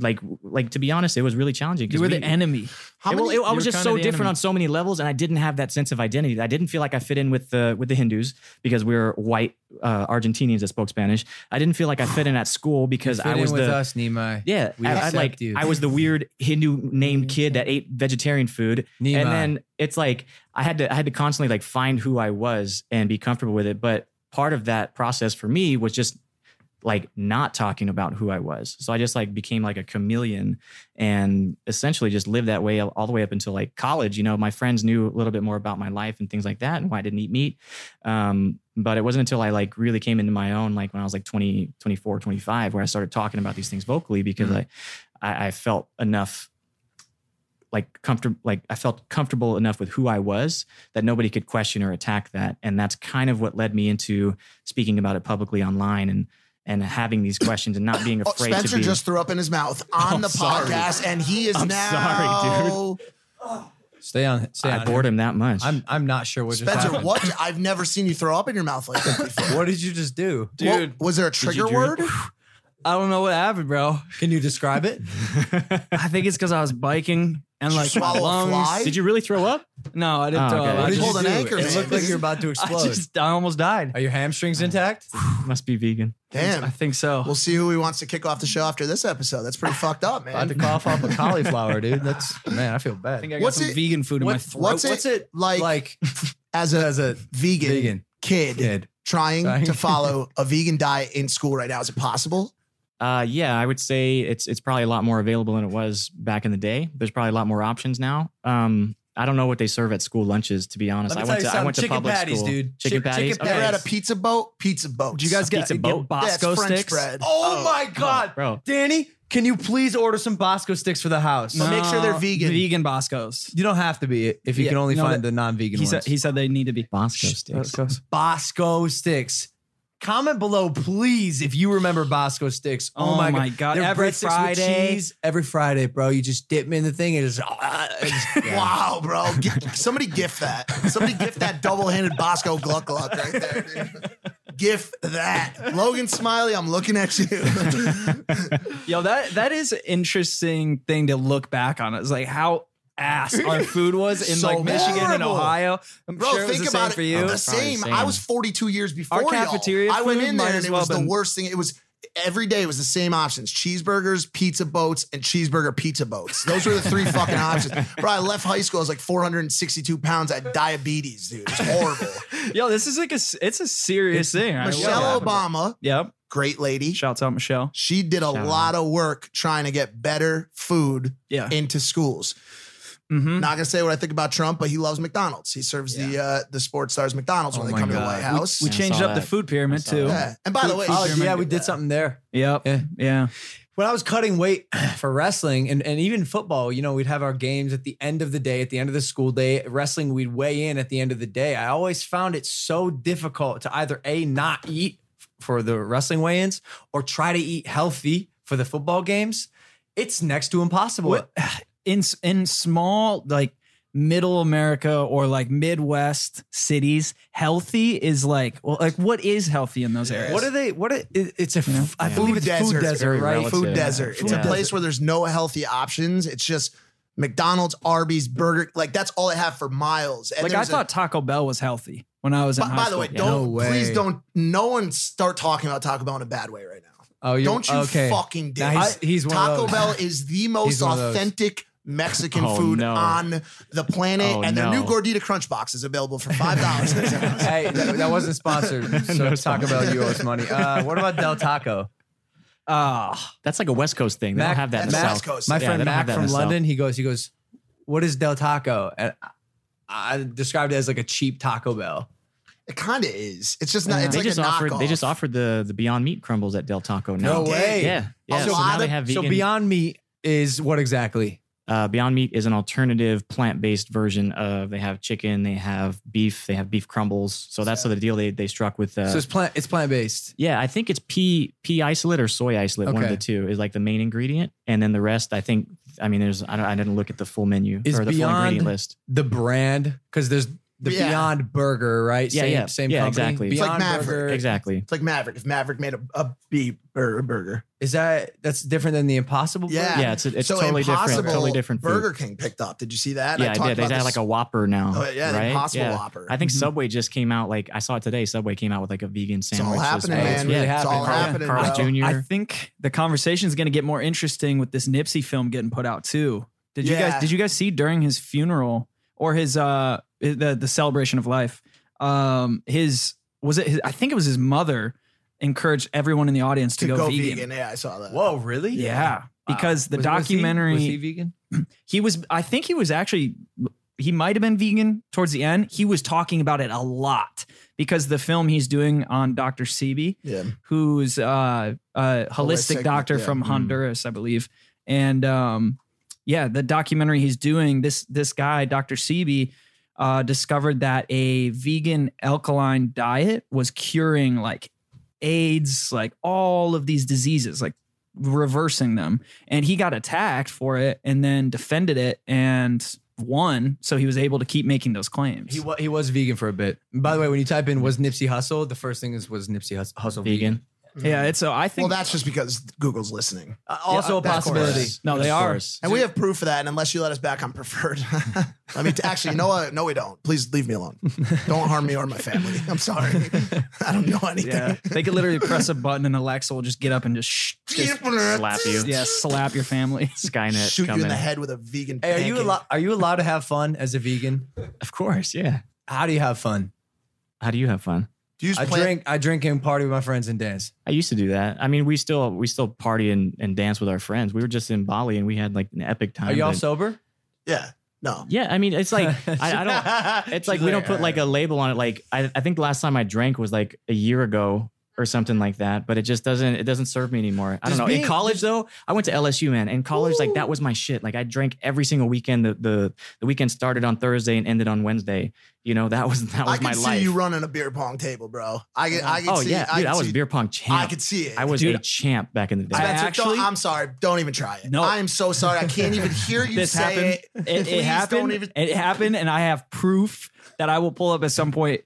like like to be honest, it was really challenging. 'cause You were we- the enemy. How yeah, many, well, it- I you was were just kinda so the different enemy. on so many levels, and I didn't have that sense of identity. I didn't feel like I fit in with the with the Hindus because we were white uh, Argentinians that spoke Spanish. I didn't feel like I fit in at school because Fit I in was with the us, Nimai. yeah. We I, I accept like you. I was the weird Hindu named kid that ate vegetarian food, Nimai. and then it's like I had to I had to constantly like find who I was and be comfortable with it. But part of that process for me was just like not talking about who I was. So I just like became like a chameleon and essentially just lived that way all the way up until like college. You know, my friends knew a little bit more about my life and things like that and why I didn't eat meat. Um, but it wasn't until I like really came into my own, like when I was like 20, 24, 25, where I started talking about these things vocally because Mm-hmm. I, I, I felt enough like comfortable like I felt comfortable enough with who I was that nobody could question or attack that and that's kind of what led me into speaking about it publicly online and and having these questions and not being Oh, afraid Spencer to be just threw up in his mouth on I'm the sorry. podcast, and he is I'm now. sorry, dude. Stay on. Stay I on bored here. him that much. I'm. I'm not sure what just Spencer, happened. what? I've never seen you throw up in your mouth like that before. What did you just do, Dude, was there a trigger word? I don't know what happened, bro. Can you describe it? I think it's because I was biking and you like my swallow a lungs. fly? Did you really throw up? No, I didn't Oh, throw okay. up. I What did just- Hold an Dude, anchor, It man. looked like you're about to I explode. just I almost died. Are your hamstrings intact? Must be vegan. I Damn. think so. We'll see who he wants to kick off the show after this episode. That's pretty fucked up, About to man. cough off a cauliflower, dude. That's man. I feel bad. I think I got What's some it- vegan food in my what- throat. what's it, like, like as a as a vegan, vegan kid, kid? trying Trying. to follow a vegan diet in school right now? Is it possible? Uh, yeah, I would say it's it's probably a lot more available than it was back in the day. There's probably a lot more options now. Um, I don't know what they serve at school lunches, to be honest. Let me tell I went you to I something. went to Chicken public patties, school. dude. Chicken Chick- patties. chicken Ever okay. had a pizza boat? Pizza boat. Did you guys get, Pizza get boat? That's Bosco French sticks? bread. Oh my god, bro. Danny, can you please order some Bosco sticks for the house? But make sure they're No, vegan. Vegan Boscos. You don't have to be if you Yeah, can only no, find that- the non-vegan He ones. said he said they need to be Bosco Shh, sticks. Boscos. Bosco sticks. Comment below, please, if you remember Bosco sticks. Oh, my, god! They're Every bread sticks with Friday. cheese. every Friday, bro. You just dip them in the thing and just. Wow, bro. Gi- somebody gift that. Somebody gift that double-handed Bosco Gluck Gluck right there. Dude. Gift that. Logan Smiley, I'm looking at you. Yo, that that is an interesting thing to look back on. It's like how ass our food was in So like Michigan and horrible. Ohio. I'm Bro, sure it was think the about same it. for you. The same. I was 42 years before y'all. cafeteria I went food in might there and as it well was the been- worst thing. It was every day it was the same options: cheeseburgers, pizza boats, and cheeseburger pizza boats. Those were the three fucking options. Bro, I left high school. I was like 462 pounds. I had diabetes, dude. It's horrible. Yo, this is like a s- it's a serious thing. I Michelle love that. Obama, Yep. great lady. Shouts out Michelle. She did a out. lot of work trying to get better food Yeah. into schools. Uh. Mm-hmm. Not gonna say what I think about Trump, but he loves McDonald's. He serves the uh, the sports stars McDonald's Oh when they my come to the God. White We- House. We Yeah, I changed saw up the that. food I pyramid saw too. yeah. And by the way, Oh Sure, yeah, man, we do did that. something there. Yep. Yeah. Yeah. when I was cutting weight for wrestling and, and even football, you know, we'd have our games at the end of the day, at the end of the school day. Wrestling, we'd weigh in at the end of the day. I always found it so difficult to either A, not eat for the wrestling weigh ins or try to eat healthy for the football games. It's next to impossible. What- in s- in small like middle America or like Midwest cities, healthy is like well, like what is healthy in those areas? What are they? What are, it- it's a, f- Yeah. I believe it's food desert. desert, Very right? relative. food Yeah. desert. It's Yeah. a place where there's no healthy options. It's just McDonald's, Arby's, Burger. Like that's all I have for miles. And like I there's a- thought Taco Bell was healthy when I was in by, high by the school. way, Yeah. don't No please way. don't. No one start talking about Taco Bell in a bad way right now. Oh, you're- Don't you fucking Now dare. he's, he's one of Taco those. Bell is the most one of those. authentic Mexican Oh, food no. on the planet, Oh, and their no. new Gordita Crunch box is available for five dollars. hey, that, that wasn't sponsored. So No Taco Bell, you owe us money. Uh, what about Del Taco? Ah, That's like a West Coast thing. They Mac- don't have that in the that's South. West Coast. My Yeah, friend they don't Mac have that in from the South. London, he goes, he goes, what is Del Taco? And I, I described it as like a cheap Taco Bell. It kind of is. It's just not. It's they like just a offered knockoff. they just offered the the Beyond Meat crumbles at Del Taco now. No way. Oh, Yeah. Yeah. A So lot now of- they have So vegan. Beyond Meat is what exactly? uh, Beyond Meat is an alternative plant-based version of they have chicken, they have beef, they have beef crumbles. So that's the deal they they struck with uh, so it's plant it's plant based. Yeah, I think it's pea pea isolate or soy isolate. One of Okay. the two is like the main ingredient, and then the rest. I think. I mean, there's. I, don't, I didn't look at the full menu Is or the full Beyond- ingredient list. The brand because there's the Yeah. Beyond Burger, right? Yeah, same yeah. same Yeah, company. exactly. It's like Beyond Maverick. Burger Exactly. It's like Maverick. If Maverick made a, a beef or a burger, is that that's different than the Impossible? Burger? Yeah. Yeah, it's it's totally different. Impossible Totally different. Food. Burger King picked up. Did you see that? Yeah, I, talked did. They about had this- like a Whopper now. Oh, yeah, the right? Impossible Yeah. Whopper. Mm-hmm. I think Subway just came out. Like I saw it today. Subway came out with like a vegan It's sandwich. all this happening, week. man. really Yeah, It's all happening, bro. happening. Carl's bro. Jr. I think the conversation is going to get more interesting with this Nipsey film getting put out too. Did you Yeah. guys did you guys see during his funeral or his uh the the celebration of life? Um his was it his, I think it was his mother encourage everyone in the audience to to, go, go vegan. vegan. Yeah, I saw that. Whoa, really? Yeah. Because the Was- was he- documentary was he vegan? he was I think he was actually he might have been vegan towards the end. He was talking about it a lot because the film he's doing on Dr. Sebi, Yeah. who's uh, a holistic, Holistic, doctor yeah. from Mm. Honduras, I believe. And um, yeah, the documentary he's doing, this this guy, Dr. Sebi, uh, discovered that a vegan alkaline diet was curing like AIDS, like all of these diseases, like reversing them. And he got attacked for it and then defended it and won. So he was able to keep making those claims. He was, he was vegan for a bit. By the way, when you type in was Nipsey Hussle, the first thing is was Nipsey Hus- Hussle vegan. yeah, it's so I Well, think that's just because Google's listening. Uh, also a Yeah, of course. possibility. no, they Of are. course. And we have proof for that. And unless you let us back on preferred, I mean, actually, no, uh, no, we don't. Please leave me alone. Don't harm me or my family. I'm sorry. I don't know anything. Yeah, they could literally press a button and Alexa will just get up and just, sh- just Slap you. yeah, slap your family. Skynet Shoot coming. you in the head with a vegan. Hey, are you pancake. allo- are you allowed to have fun as a vegan? Of course, yeah. How do you have fun? How do you have fun? Do you use I plant- drink, I drink and party with my friends and dance. I used to do that. I mean, we still we still party and, and dance with our friends. We were just in Bali and we had like an epic time. Are y'all that- sober? Yeah. No. Yeah, I mean, it's like I, I don't. It's like She's we don't put "All like a label on it. Like I, I think the last time I drank was like a year ago or something like that. But it just doesn't. It doesn't serve me anymore. I don't Does know. being- in college though, I went to LSU, man. In college, like that was my shit. Like I drank every single weekend. The the, the weekend started on Thursday and ended on Wednesday. You know that was that was I can my see life. you running a beer pong table, bro. I can. I can oh see. yeah, I, dude, I, can was see, beer pong champ. I could see it. I was Dude, a champ back in the day. I Spencer, don't- actually- I'm sorry. Don't even try it. No. I am so sorry. I can't even hear you this say happened. it. It, Please it don't happened. even- It happened, and I have proof that I will pull up at some point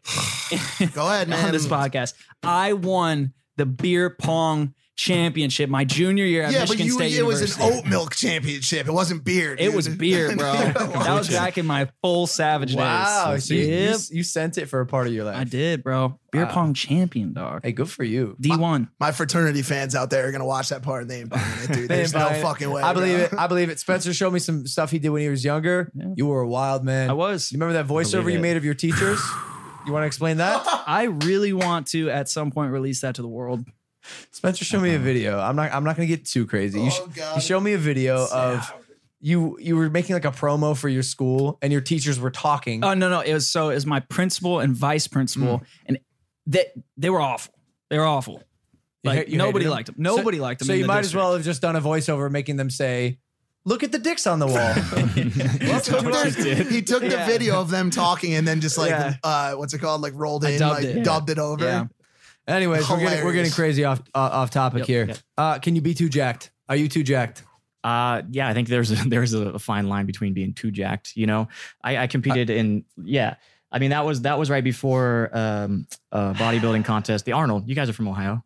Go ahead, man. on this podcast. I won the beer pong championship my junior year at Yeah, Michigan but you, State it University. was an oat milk championship. It wasn't beer. It was dude. beer, bro. that was back in my full savage Wow, days. so you, you, Yep. you sent it for a part of your life. I did, bro. Beer Wow. pong champion, dog. Hey, good for you. D1. My fraternity fans out there are gonna watch that part and they ain't buying it, dude. There's Damn, no Brian. fucking way. I believe bro. it. I believe it. Spencer showed me some stuff he did when he was younger. You were a wild man. I was. You remember that voiceover Believe you it. made of your teachers? you want to explain that? I really want to at some point release that to the world. Spencer showed me a video. I'm not. I'm not going to get too crazy. you, sh- Uh-huh. Oh, God. you showed me a video of you. You were making like a promo for your school, and your teachers were talking. Oh no, no, it was so it was my principal and vice principal, and they they were awful. They were awful. You Like hate- you nobody hated liked them. Nobody so, liked them. So in you the might as district. well have just done a voiceover making them say, "Look at the dicks on the wall." He took, the, he took the Yeah. video of them talking and then just like Yeah. uh, what's it called? Like rolled I in, dubbed like it. dubbed it over. Yeah. Anyways, we're getting, we're Hilarious. getting crazy off uh, off topic Yep, here. yep. Uh, can you be too jacked? Are you too jacked? Uh, yeah, I think there's a, there's a fine line between being too jacked. You know, I, I competed in yeah. I mean that was that was right before um, a bodybuilding contest, the Arnold. You guys are from Ohio.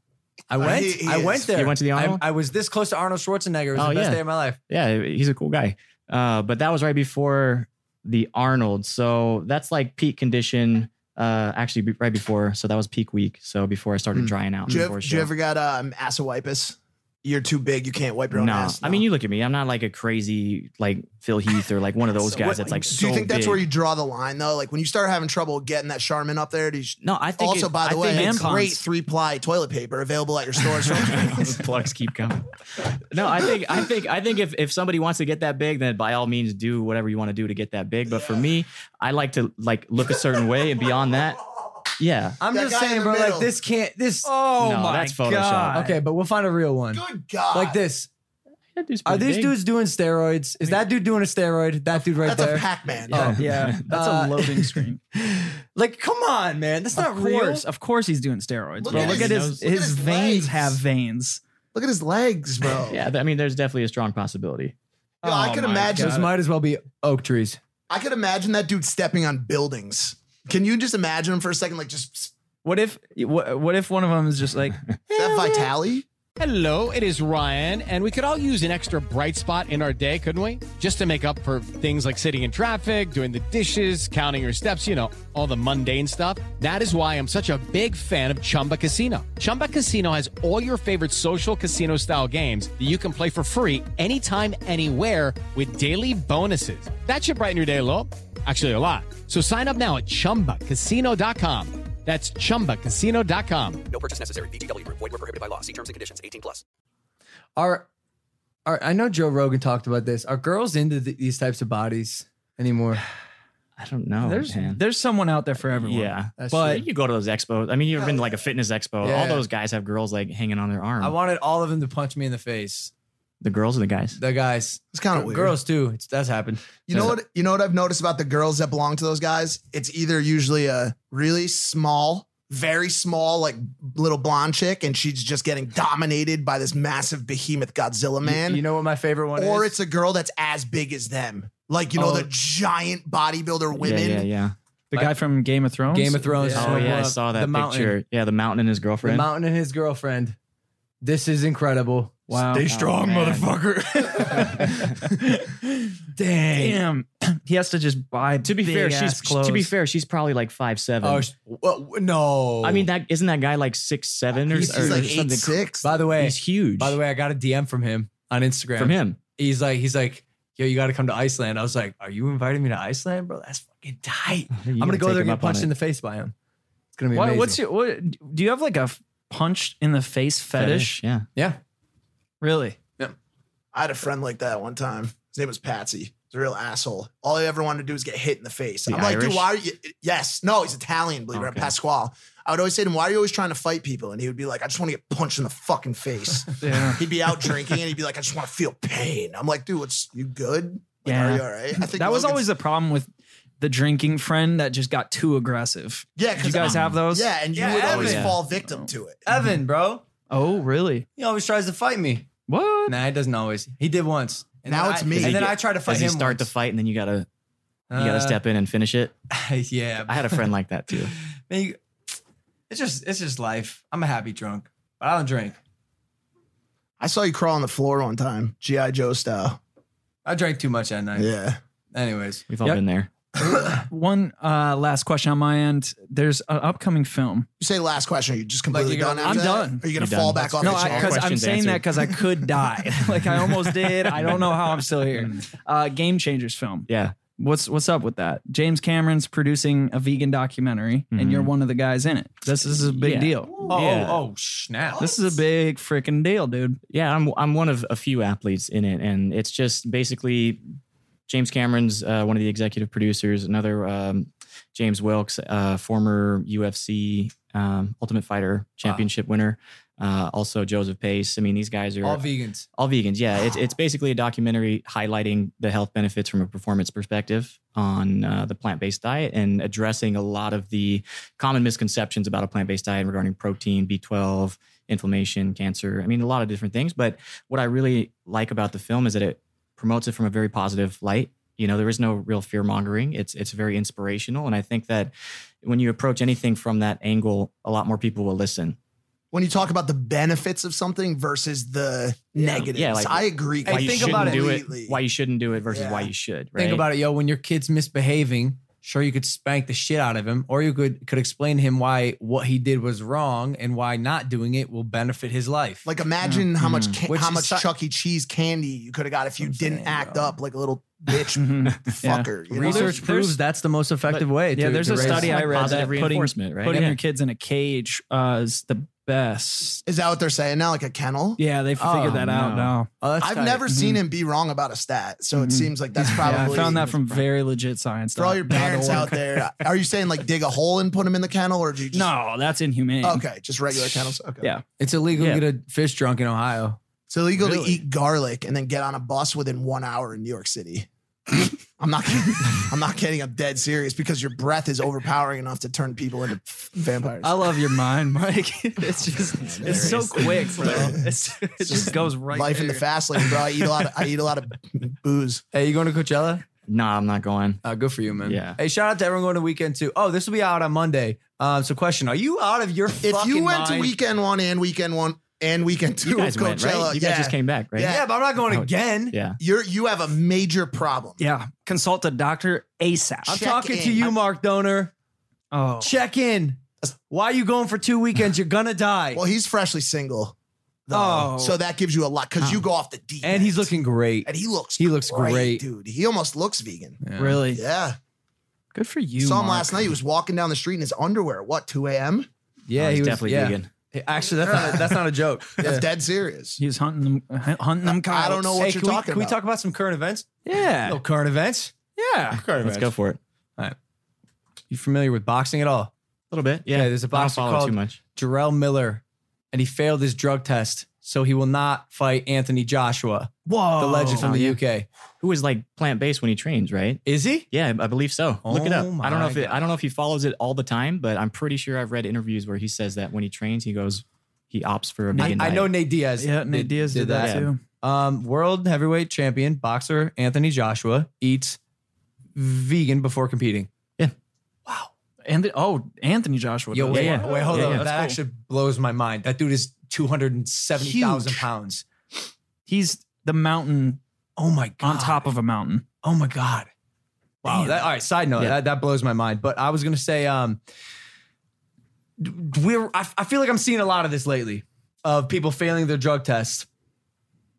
I Uh, went. he- he I is. went there. You went to the I, Arnold? I was this close to Arnold Schwarzenegger. It was Oh, the best yeah. day of my life. Yeah, he's a cool guy. Uh, but that was right before the Arnold, so that's like peak condition. Uh, actually, be- right before, so that was peak week. So before I started Mm. drying out. Do you, ever, before a do you show. ever got um, assawipus? You're too big. You can't wipe your own no, ass. I mean you look at me. I'm not like a crazy like Phil Heath or like one of those So guys what- that's like do so you think that's big. where you draw the line though? Like when you start having trouble getting that Charmin up there, do you sh- no, I think also, it- by the I way, think it's tampons- great three ply toilet paper available at your stores. plugs keep coming. No, I think I think I think if if somebody wants to get that big, then by all means do whatever you want to do to get that big. But for me, I like to like look a certain way, and beyond that, yeah. I'm That just guy in saying, the bro. middle. Like this can't. This. Oh No, my that's Photoshop. god. Okay, but we'll find a real one. Good God! Like this. That dude's Are pretty these big. dudes doing steroids? Is that dude doing a steroid? That dude right That's there. a Pac-Man. Oh yeah, that's Uh, a loading screen. like, come on, man. That's not of real. course, of course, he's doing steroids. Look bro, at look his at his nose. Look at his, his veins legs. have veins. Look at his legs, bro. Yeah, I mean, there's definitely a strong possibility. Yo, I could imagine. Those might as well be oak trees. I could imagine that dude stepping on buildings. Can you just imagine him for a second? Like just What if what, what if one of them is just like that Vitali. Hello, it is Ryan, and we could all use an extra bright spot in our day, couldn't we? Just to make up for things like sitting in traffic, doing the dishes, counting your steps, you know, all the mundane stuff. That is why I'm such a big fan of Chumba Casino. Chumba Casino has all your favorite social casino style games that you can play for free anytime, anywhere with daily bonuses. That should brighten your day a little. Actually, a lot. So sign up now at chumbacasino.com. That's chumbacasino.com. No purchase necessary. VGW Group. Void were prohibited by law. See terms and conditions. 18 plus. Are are I know Joe Rogan talked about this. Are girls into th- these types of bodies anymore? I don't know. There's there's someone out there for everyone. Oh, Yeah, That's but true. you go to those expos. I mean, you've been to like a fitness expo. Yeah. All those guys have girls like hanging on their arm. I wanted all of them to punch me in the face. the girls or the guys? The guys. It's kinda Gir- weird. Girls too. It's that's happened. You know what? You know what I've noticed about the girls that belong to those guys. It's either usually a really small, very small, like little blonde chick, and she's just getting dominated by this massive behemoth Godzilla man, You, you know what my favorite one or is? it's a girl that's as big as them, like you know Oh. the giant bodybuilder women. Yeah, yeah, yeah. The Like- guy from Game of Thrones. Game of Thrones. Oh yeah, I saw that uh, the picture. mountain. Yeah, the mountain and his The girlfriend. mountain and his girlfriend. This is incredible. Wow. Stay Oh, strong, man. motherfucker. Dang. Damn. he has to just buy. to be fair, big-ass she's clothes. to be fair, she's probably like five seven. Oh sh- well, no. I mean, that isn't that guy like six seven or, He's, or he's like eight something? six. by the way, He's huge. by the way, I got a DM from him on Instagram. from him. He's like, he's like, yo, you got to come to Iceland. I was like, are you inviting me to Iceland, bro? That's fucking tight. I'm gonna go there and get punched in the face by him. It's gonna be What, amazing. what's your? What, do you have like a f- punch in the face fetish? Yeah. yeah? Really? I had a friend like that one time. His name was Patsy. He's a real asshole. All he ever wanted to do was get hit in the face. The I'm like, dude, Irish? why are you? Yes. No, he's Italian, believe it or not, Okay. Pasquale. I would always say to him, why are you always trying to fight people? And he would be like, I just want to get punched in the fucking face. Yeah. he'd be out drinking and he'd be like, I just want to feel pain. I'm like, dude, what's you good? Like, Yeah. Are you all right? I think that was Logan's- always the problem with the drinking friend that just got too aggressive. yeah. Did you guys have Um, those? Yeah, and you Yeah, would Evan. always Yeah. fall victim to it. Evan, bro? Oh, really? He always tries to fight me. What? Nah, he doesn't always. He did once. And Now then it's I- me. And then Does he I tried to fight Does him. he start the once. fight and then you gotta you gotta step in and finish it? Uh, yeah. I had a friend like that too. Man, you- it's just it's just life. I'm a happy drunk, but I don't drink. I saw you crawl on the floor one time, GI Joe style. I drank too much that night. Yeah. Anyways, We've all Yep. been there. One uh, last question on my end. There's an upcoming film. You say last question. Are you just completely you're gonna- done? After I'm that? done. Are you gonna You're fall done. back off No, the chair? because I'm Questions saying that answered. because I could die. like I almost did. I don't know how I'm still here. Mm. Uh, Game Changers film. Yeah. What's what's up with that? James Cameron's producing a vegan documentary, and you're Mhm. one of the guys in it. This is a big Yeah. deal. oh Yeah. oh snap! This is a big freaking deal, dude. Yeah, I'm I'm one of a few athletes in it, and it's just basically James Cameron's uh, one of the executive producers. Another um, James Wilkes, uh, former UFC um, Ultimate Fighter Championship winner. Uh, also Joseph Pace. I mean, these guys are all vegans. all vegans. Yeah, it's it's basically a documentary highlighting the health benefits from a performance perspective on uh, the plant based diet and addressing a lot of the common misconceptions about a plant based diet regarding protein, B twelve, inflammation, cancer. I mean, a lot of different things. But what I really like about the film is that it promotes it from a very positive light. You know, there is no real fear mongering. It's it's very inspirational, and I think that when you approach anything from that angle, a lot more people will listen. when you talk about the benefits of something versus the negatives. Yeah, like- I agree. Hey, Why you think shouldn't about it. do completely. it, why you shouldn't do it versus Yeah. why you should. Right? Think about it, yo. When your kid's misbehaving, sure you could spank the shit out of him, or you could could explain to him why what he did was wrong and why not doing it will benefit his life. Like imagine Mm-hmm. how much ca- Which how is much so- Chuck E. Cheese candy you could have got if you That's what I'm didn't saying, act bro. Mm-hmm. up like a little bitch fucker. you know? research Well, there's- proves that's the most effective way. yeah, to- there's to a raise- study I Like read positive that putting, reinforcement, right? putting Yeah. your kids in a cage uh, is the best. Is that what they're saying now? Like a kennel? Yeah, they Oh, figured that out no. now. Oh, that's I've tight. Mm-hmm. never seen him be wrong about a stat, so it Mhm. seems like that's Yeah, probably I found that from very legit science. for all your parents out there. Are you saying like dig a hole and put him in the kennel, or do you just No, that's inhumane. Okay, just regular kennels. Okay, Yeah. It's illegal Yeah. to get a fish drunk in Ohio. it's illegal to Really? eat garlic and then get on a bus within one hour in New York City. I'm not. Kidding. I'm not kidding. I'm dead serious because your breath is overpowering enough to turn people into vampires. I love your mind, Mike. It's just man, it's so there quick, bro. It's, it just goes right. Life in the there. fast lane, bro. I eat a lot. Of, I eat a lot of booze. Hey, you going to Coachella? Nah, I'm not going. Uh, good for you, man. Yeah. Hey, shout out to everyone going to weekend too. Oh, this will be out on Monday. Um, so question: Are you out of your? If fucking you went to mind? weekend one and weekend one and weekend two You of guys Coachella, went, right? You yeah, guys just came back, right? yeah. but I'm not going Oh, again. Yeah. you're you have a major problem. Yeah, consult a doctor ASAP. I'm Check talking to in. you, Mark Doner. Oh, Check in. Why are you going for two weekends? You're gonna die. Well, he's freshly single, Oh. though, so that gives you a lot because you go off the deep. and he's end. looking great. and he looks He looks great. dude. He almost looks vegan. Yeah. really? Yeah, Good for you. Saw him Mark. last night. He was walking down the street in his underwear. What, 2 a.m.? Oh, Yeah, he was yeah. vegan. Hey, Actually, that's not a, that's not a joke. That's dead serious. He was hunting them. Hunting them. I don't know what Hey, you're can we- talking Can we about. talk about some current events? Yeah. No current events. Yeah. Current events. Let's go for it. All right. You familiar with boxing at all? A little bit. Yeah. there's a I don't boxer follow called too much. Jarrell Miller, and he failed his drug test, so he will not fight Anthony Joshua, Whoa. the legend from Oh, the yeah. UK. Who is like plant based when he trains, right? Is he? Yeah, I believe so. Look it up. Oh I don't know my if it, I don't know if he follows it all the time, but I'm pretty sure I've read interviews where he says that when he trains, he goes, he opts for a I, vegan I diet. know Nate Diaz. Yeah, Nate Diaz did that too. Um, world heavyweight champion boxer Anthony Joshua eats vegan before competing. And the, oh, Anthony Joshua. Yo, does. wait, wait, hold Yeah, on. yeah, that that's cool. actually blows my mind. That dude is two hundred and seventy thousand Huge. pounds. He's the mountain Oh my god! on top of a mountain. Oh my god! Wow. Damn. That, all right. Side note. Yeah. That that blows my mind. But I was gonna say, um, d- we're. I, I feel like I'm seeing a lot of this lately of people failing their drug test.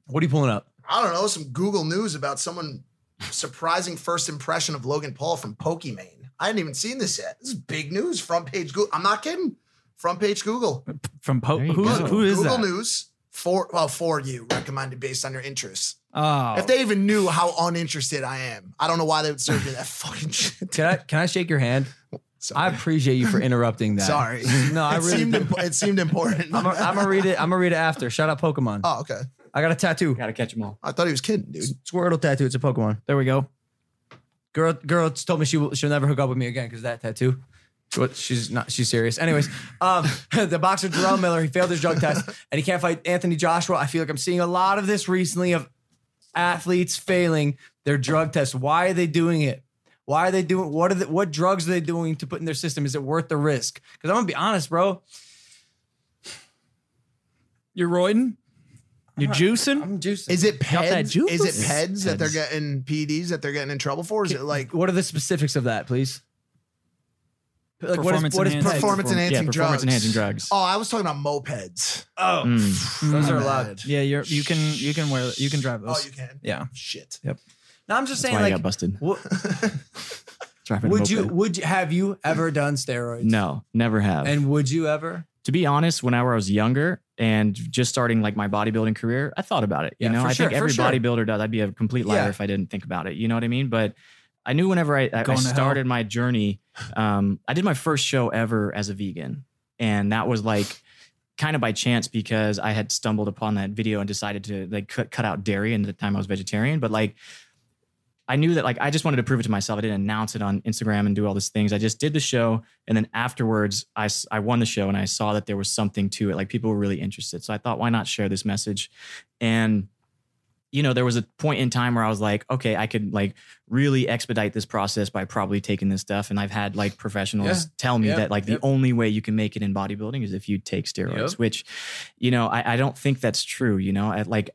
What are you pulling up? I don't know, some Google news about someone surprising first impression of Logan Paul from Pokimane. I hadn't even seen this yet. This is big news. Front page Google. I'm not kidding. Front page Google. From po- There you who, go. who is Google that? News for well for you recommended based on your interests. Oh, If they even knew how uninterested I am, I don't know why they would serve me that fucking shit. Can I can I shake your hand? I appreciate you for interrupting that. Sorry. No, I it really. seemed impo- it seemed important. I'm gonna I'm gonna read it. I'm gonna read it after. Shout out Pokemon. oh, okay. I got a tattoo. Gotta catch them all. I thought he was kidding, dude. Squirtle tattoo. It's a Pokemon. there we go. Girl, girl told me she will, she'll never hook up with me again because that tattoo. What? She's not. She's serious. Anyways, um, the boxer Jerome Miller he failed his drug test and he can't fight Anthony Joshua. I feel like I'm seeing a lot of this recently of athletes failing their drug test. Why are they doing it? Why are they doing? What are the, what drugs are they doing to put in their system? Is it worth the risk? Because I'm gonna be honest, bro. You're roiding. You're juicing. I'm juicing. Is it Got that peds? juice? Is it peds, that they're Peds. getting PEDs that they're getting in trouble for? Is it like what are the specifics of that, please? Like what is, Performance what is enhancing. performance? performance enhancing yeah, drugs? performance enhancing drugs. Oh, I was talking about mopeds. Oh, Mm. those My are bad. allowed. Yeah, you're you can Mm, you can wear you can drive Oh, those. you can. yeah. Shit. Oh, No, I'm just That's saying why I like. got busted. what- Driving a Would you moped. would you have you ever done steroids? No, never have. And would you ever? to be honest, when I was younger and just starting like my bodybuilding career, I thought about it. You Yeah, know, for I sure, for think every sure. bodybuilder does. I'd be a complete liar Yeah. if I didn't think about it. You know what I mean? But I knew whenever I, I, I Going to hell. started my journey, um, I did my first show ever as a vegan. And that was like kind of by chance because I had stumbled upon that video and decided to like cut, cut out dairy. And at the time I was vegetarian, but like I knew that like I just wanted to prove it to myself. I didn't announce it on Instagram and do all these things. I just did the show, and then afterwards, I s- I won the show, and I saw that there was something to it. Like people were really interested, so I thought, why not share this message? And you know, there was a point in time where I was like, okay, I could like really expedite this process by probably taking this stuff. And I've had like professionals Yeah. tell me Yep. that like Yep. the only way you can make it in bodybuilding is if you take steroids, Yep. which you know, I, I don't think that's true. You know, I, like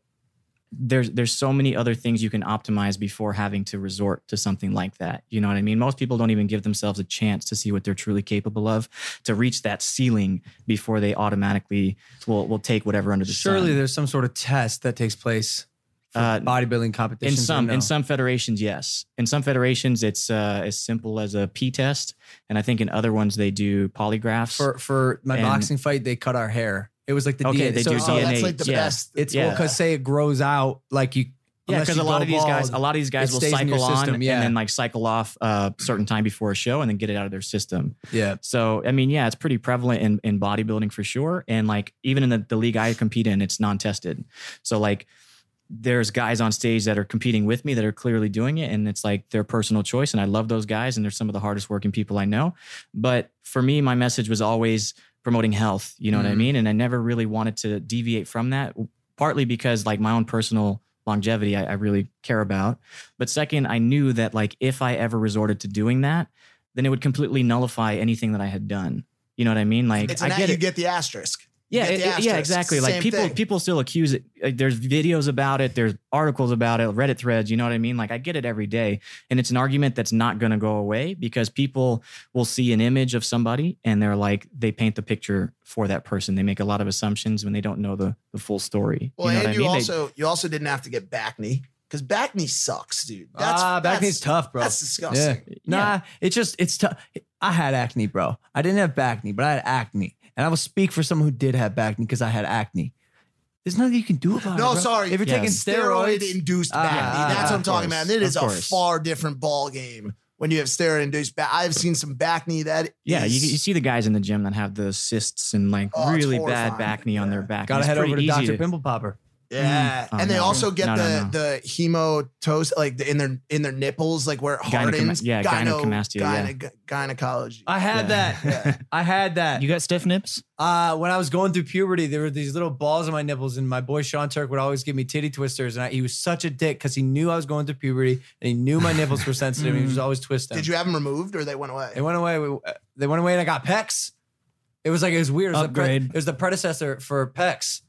there's there's so many other things you can optimize before having to resort to something like that. You know what I mean? Most people don't even give themselves a chance to see what they're truly capable of to reach that ceiling before they automatically will will take whatever under the Surely sun. there's some sort of test that takes place for Uh, bodybuilding competitions. in some or no? in some federations, yes. In some federations, it's uh, as simple as a P test, and I think in other ones they do polygraphs. for for my and- boxing fight, they cut our hair. It was like the okay, DNA. they so do it's Oh, DNA. All, that's like the yeah. best. it's Yeah. because say it grows out like you. Yeah, unless because you a lot go of these guys, bald. a lot of these guys it will stays in your cycle on system, yeah. and then like cycle off a certain time before a show and then get it out of their system. yeah. So I mean, yeah, it's pretty prevalent in, in bodybuilding for sure. And like even in the, the league I compete in, it's non-tested. So like there's guys on stage that are competing with me that are clearly doing it and it's like their personal choice and I love those guys and they're some of the hardest working people I know. But for me, my message was always promoting health, you know what I Mm-hmm. Mm. mean? And I never really wanted to deviate from that, partly because like my own personal longevity I, I really care about. But second, I knew that like if I ever resorted to doing that, then it would completely nullify anything that I had done. You know what I mean? Like It's I an get you it. get the asterisk. get Yeah, the it- it- yeah, asterisk. exactly. Like Same people, thing. people still accuse it. Like, there's videos about it. There's articles about it. Reddit threads. You know what I mean? Like I get it every day, and it's an argument that's not going to go away because people will see an image of somebody and they're like, they paint the picture for that person. They make a lot of assumptions when they don't know the the full story. Well, you know and what I you mean? They- also you also didn't have to get back knee Because back knee sucks, dude. That's, ah, back that's- knee's tough, bro. That's disgusting. Yeah. Nah, it's just it's tough. I had acne, bro. I didn't have back knee, but I had acne, and I will speak for someone who did have back knee because I had acne. There's nothing you can do about it. No, bro. sorry. If you're taking steroids, steroid-induced back Ah, knee, that's what I'm of talking course, about. And it of is a course. far different ball game when you have steroid-induced back. I've seen some back knee that Yeah, you, is- you see the guys in the gym that have the cysts and like Oh, it's really bad horrifying. back knee on their back. gotta It's head pretty over to easy Doctor Pimple Popper. Yeah, Mm. and Oh, they no. also get No, no, the no. the hemotose like the, in their in their nipples, like where it Gynecoma- hardens. yeah, gynecomastia, yeah. gyne- gy- gynecology. I had that. I had that. You got stiff nips? Uh, when I was going through puberty, there were these little balls in my nipples, and my boy Sean Turk would always give me titty twisters, and I, he was such a dick because he knew I was going through puberty and he knew my nipples were sensitive. and he was always twisting. Did you have them removed or they went away? They went away. We- uh, They went away, and I got pecs. It was like it was weird. It was, the pre- Upgrade. it was the predecessor for pecs.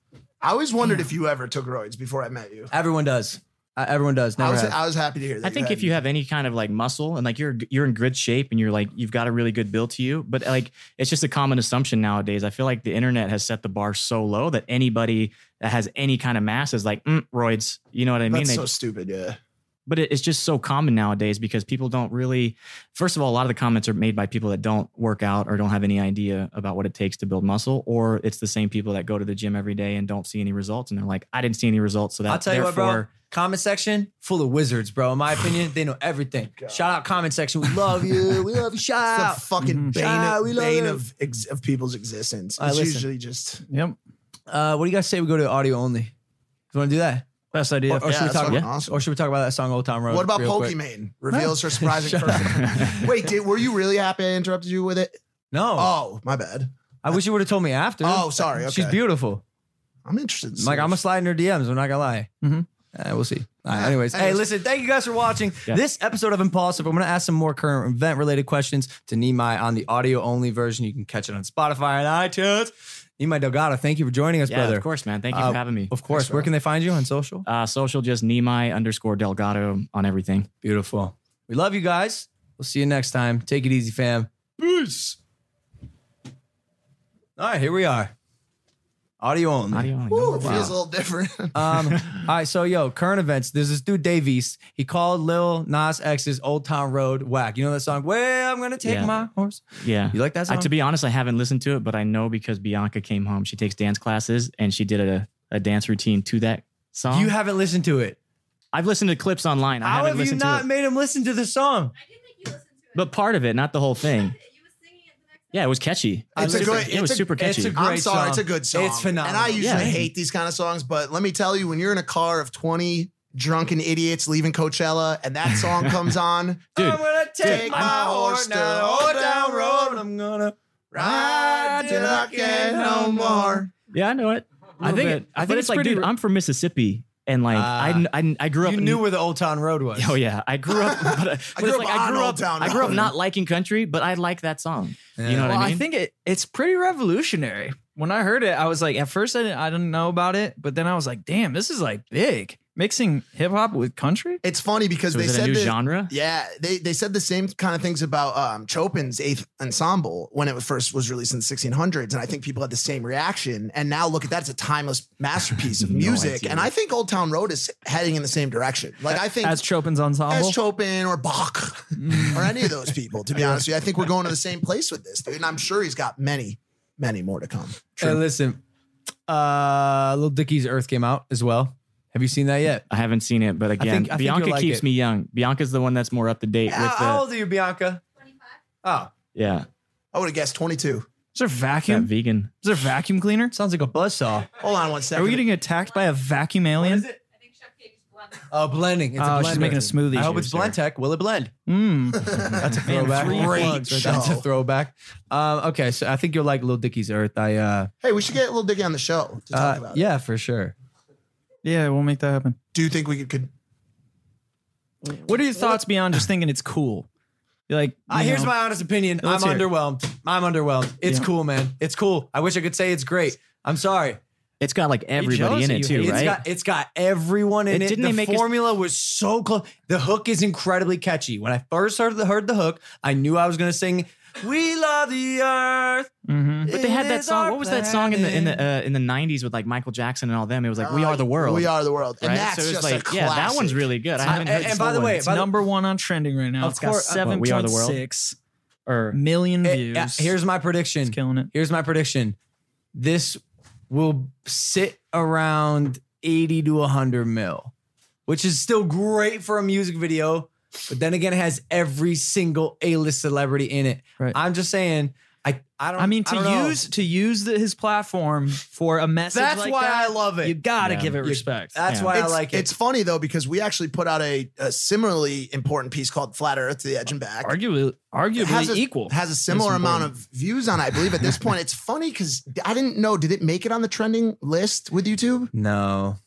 I always Mm. wondered if you ever took roids before I met you. Everyone does. Uh, everyone does. I Never was have. I was happy to hear that. I think if you have any kind of like muscle and like you're you're in good shape and you're like you've got a really good build to you, but like it's just a common assumption nowadays. I feel like the internet has set the bar so low that anybody that has any kind of mass is like mm, roids. You know what I mean? that's They- so stupid. Yeah, but it, it's just so common nowadays because people don't really. First of all, a lot of the comments are made by people that don't work out or don't have any idea about what it takes to build muscle, or it's the same people that go to the gym every day and don't see any results, and they're like, I didn't see any results, so that I'll tell you what, therefore. bro. Comment section full of wizards, bro. In my opinion, they know everything. Shout out comment section. We love you. We love you. Shout it's out. the fucking Mhm. bane, Ah, we love bane it. of ex, of people's existence. All right, It's listen. usually just Yep. Uh, what do you guys say we go to audio only? You want to do that? Best idea. Or, or should Yeah, we that's talk fucking about, awesome. or should we talk about that song Old Oh, Town Road? What about real quick? Pokimane? Reveals her surprising first. Wait, did, were you really happy I interrupted you with it? No. Oh, my bad. I wish you would have told me after. Oh, sorry, She's okay. beautiful. I'm interested. to Like see I'm if- gonna slide in her DMs. I'm not gonna lie. Mm-hmm. Uh, we'll see. All right, anyways, hey, Anyways. listen, thank you guys for watching Yeah. this episode of Impulsive. I'm going to ask some more current event related questions to Nimai on the audio only version. You can catch it on Spotify and iTunes. Nimai Delgado, thank you for joining us, yeah, brother. of course, man. Thank you Uh, for having me. Of course. Where can they find you on social? Uh, social just Nemai underscore Delgado on everything. Beautiful. We love you guys. We'll see you next time. Take it easy, fam. Peace. All right, here we are. Audio only. Audio only. Ooh, it feels a little different. Um, all right, so yo, current events. There's this dude Dave East. He called Lil Nas X's "Old Town Road" whack. You know that song? Well, I'm gonna take Yeah. my horse. Yeah. You like that I- song? to be honest, I haven't listened to it, but I know because Bianca came home. She takes dance classes and she did a, a dance routine to that song. you haven't listened to it. I've listened to clips online. I How haven't have you listened to not it. made him listen to the song? I do think you listened to it. but part of it, not the whole thing. you was singing it the next Yeah, it was catchy. It It's was a super, good- it was it's a- super catchy. it's a- I'm great sorry, song. it's a good song. It's phenomenal. And I usually Yeah. hate these kind of songs, but let me tell you, when you're in a car of 20 drunken idiots leaving Coachella and that song comes on, Dude, I'm gonna take dude, my I'm- horse down the old town road. I'm gonna ride till I can no more. yeah, I know it. I little think, bit. it, I But think it's it's like, pretty dude, re- I'm from Mississippi. And like, I, Ah. kn- I, kn- I grew up You in- knew where the old town road was. Oh yeah, I grew up. But, I, but grew it's up like I on grew Old up. Town I grew up Road. not liking country, but I like that song. You know what well, I I, mean? think it it's pretty revolutionary. When I heard it, I was like, at first I didn't, I didn't know about it, but then I was like, damn, this is like big mixing hip hop with country. it's funny because so they is it a said new that- genre? Yeah, they, they said the same kind of things about um, Chopin's Eighth Ensemble when it was first was released in the 1600s, and I think people had the same reaction. And now look at that; it's a timeless masterpiece of No music. idea. and I think Old Town Road is heading in the same direction. Like I think As Chopin's ensemble. as Chopin or Bach or any of those people. Mm. To be honest with you, I think we're going to the same place with this, dude. And I'm sure he's got many, many more to come. Hey, listen, uh, Lil Dicky's Earth came out as well. Have you seen that yet? I haven't seen it, but again, think- I think Bianca you'll like keeps it. me young. Bianca's the one that's more up to date with How, the how old are you, Bianca? 25. Oh, yeah I would have guessed 22. is there that vacuum? vegan. is there vacuum cleaner? sounds like a buzzsaw. Hold on one Are second. we getting attacked by a vacuum alien? I think Chef K just blended. Oh, blending. It's Oh, a she's blender. making a smoothie. I hope here, it's sir. Blendtec. Will it blend? Mm. That's a Man, throwback. three Great plugs right show. That's a throwback. Um, okay, so I think you'll like Lil Dicky's Earth. I uh, hey, we should get a little Dicky on the show to talk uh, about. it. yeah, for sure. Yeah, we'll make that happen. Do you think we could? could What are your thoughts beyond just thinking it's cool? You're like, Uh, you here's know, my honest opinion. Let's I'm hear it. underwhelmed. I'm underwhelmed. It's Yeah. cool, man. It's cool. I wish I could say it's great. I'm sorry. It's got like everybody jealous in that it you too, hate it? right? It's got it's got everyone in It- it. didn't the they make us- formula was so close. The hook is incredibly catchy. When I first heard the heard the hook, I knew I was gonna sing "We Love the Earth." But they had It that is our song. What was that song in the in the planet. uh, in the '90s with like Michael Jackson and all them? It was like "We Uh, Are the World." We are the world, and Right? that's so it's just like, a yeah, that one's classic. really good. I Uh, haven't and- heard and by the Stolen. way, It's by the- number one on trending right now. Of It's course- uh, got What, We Are the World? 7.6 or million It- views. Eh, yeah, here's my prediction. killing it. Here's my prediction. This will sit around 80 to 100 mil, which is still great for a music video. But then again, it has every single A-list celebrity in it. Right. I'm just saying, I I don't. I mean, to don't know. use to use the, his platform for a message. That's like why that, I love it. You gotta Yeah. give it You- respect. That's Yeah. why it's, I like it. It's funny though because we actually put out a, a similarly important piece called "Flat Earth to the Edge and Back." arguably, It arguably has a, equal. has a similar It's amount of views on. it, I believe at this point, it's funny because I didn't know. Did it make it on the trending list with YouTube? no.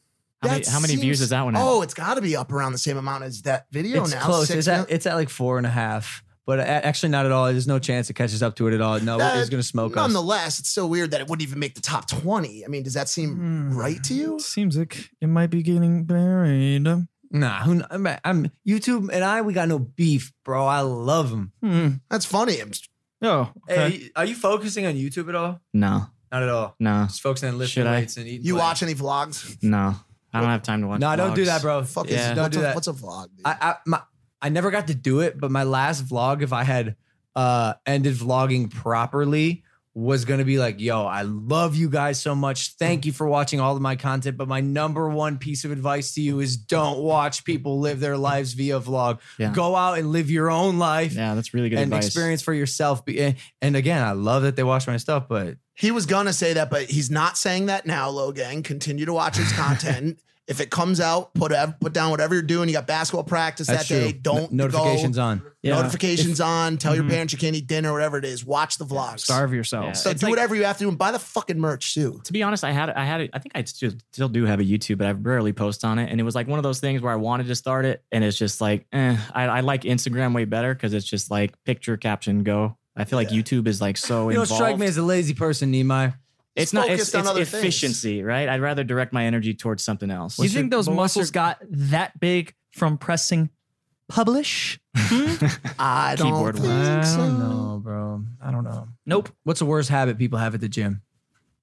How many- That how many views does that one have? Oh, it's got to be up around the same amount as that video It's now. close. Six It's mil- at, it's at like four and a half, but a- actually not at all. There's no chance it catches up to it at all. No, That- it's going to smoke us. Nonetheless, it's so weird that it wouldn't even make the top 20. I mean, does that seem Hmm. right to you? Seems like it might be getting buried. Nah, who, kn- I'm, I'm YouTube and I. We got no beef, bro. I love him. Hmm. That's funny. I'm Oh, okay. Hey, are you focusing on YouTube at all? No, Not at all. no, Just focusing on Should lifting I? weights and eating. you play. watch any vlogs? no. I don't have time to watch. No, don't do vlogs. that, bro. Fuck yeah. is, don't what's do a, that. What's a vlog? Dude? I, I my I never got to do it, but my last vlog, if I had uh ended vlogging properly, was gonna be like, yo, I love you guys so much. Thank you for watching all of my content. But my number one piece of advice to you is don't watch people live their lives via vlog. Yeah. Go out and live your own life. Yeah, that's really good and advice. experience for yourself. Be- And and again, I love that they watch my stuff, but he was gonna say that, but he's not saying that now. Logang, continue to watch his content. if it comes out, put ev- put down whatever you're doing. You got basketball practice that's that true. day. Don't No- notifications go, on. Mm-hmm. Yeah. Notifications on. Tell your parents you can't eat dinner, whatever it is. Watch the vlogs. Starve yourself. So It's do like- whatever you have to do and buy the fucking merch too. to be honest, I had I had it. I think I still, still do have a YouTube, but I rarely post on it. And it was like one of those things where I wanted to start it, and it's just like, eh, I, I like Instagram way better because it's just like picture caption go. I feel like YouTube is like so You don't involved. strike me as a lazy person, Nehemiah. it's not it's, focused on it's other things. efficiency, right? I'd rather direct my energy towards something else. you think those muscles got that big from pressing publish? I don't Keyboard think one. I so. don't know, bro. I don't know. Nope. What's the worst habit people have at the gym?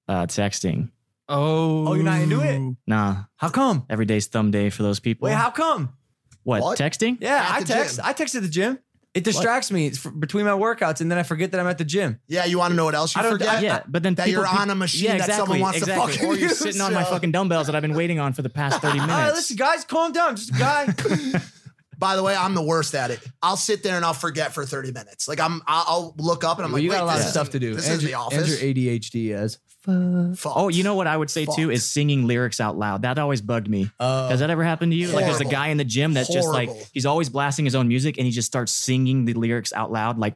uh, texting? Oh, Oh, you're not into it? Nah, How come? every day's thumb day for those people. Wait, how come? what, What? texting? Yeah, At I the text. gym. I text at the gym. It distracts me It's f- between my workouts, and then I forget that I'm at the gym. Yeah, you want to know what else you I don't- forget? Yeah, but then that people, you're on a machine yeah, that exactly, someone wants to exactly. fucking or you're use, sitting on my so- fucking dumbbells that I've been waiting on for the past thirty minutes. All right, listen, guys, calm down. I'm just a guy. By the way, I'm the worst at it. I'll sit there and I'll forget for 30 minutes. Like I'm, I'll I'll look up and I'm well, like, you wait, got a lot this of isn't- stuff to do. This Andrew, is the office. Andrew ADHD as. Fuck. Oh, you know what I would say too Fuck. is singing lyrics out loud. That always bugged me. Oh. Has that ever happened to you? Like there's a Horrible. guy in the gym that's just Horrible. like he's always blasting his own music and he just starts singing the lyrics out loud like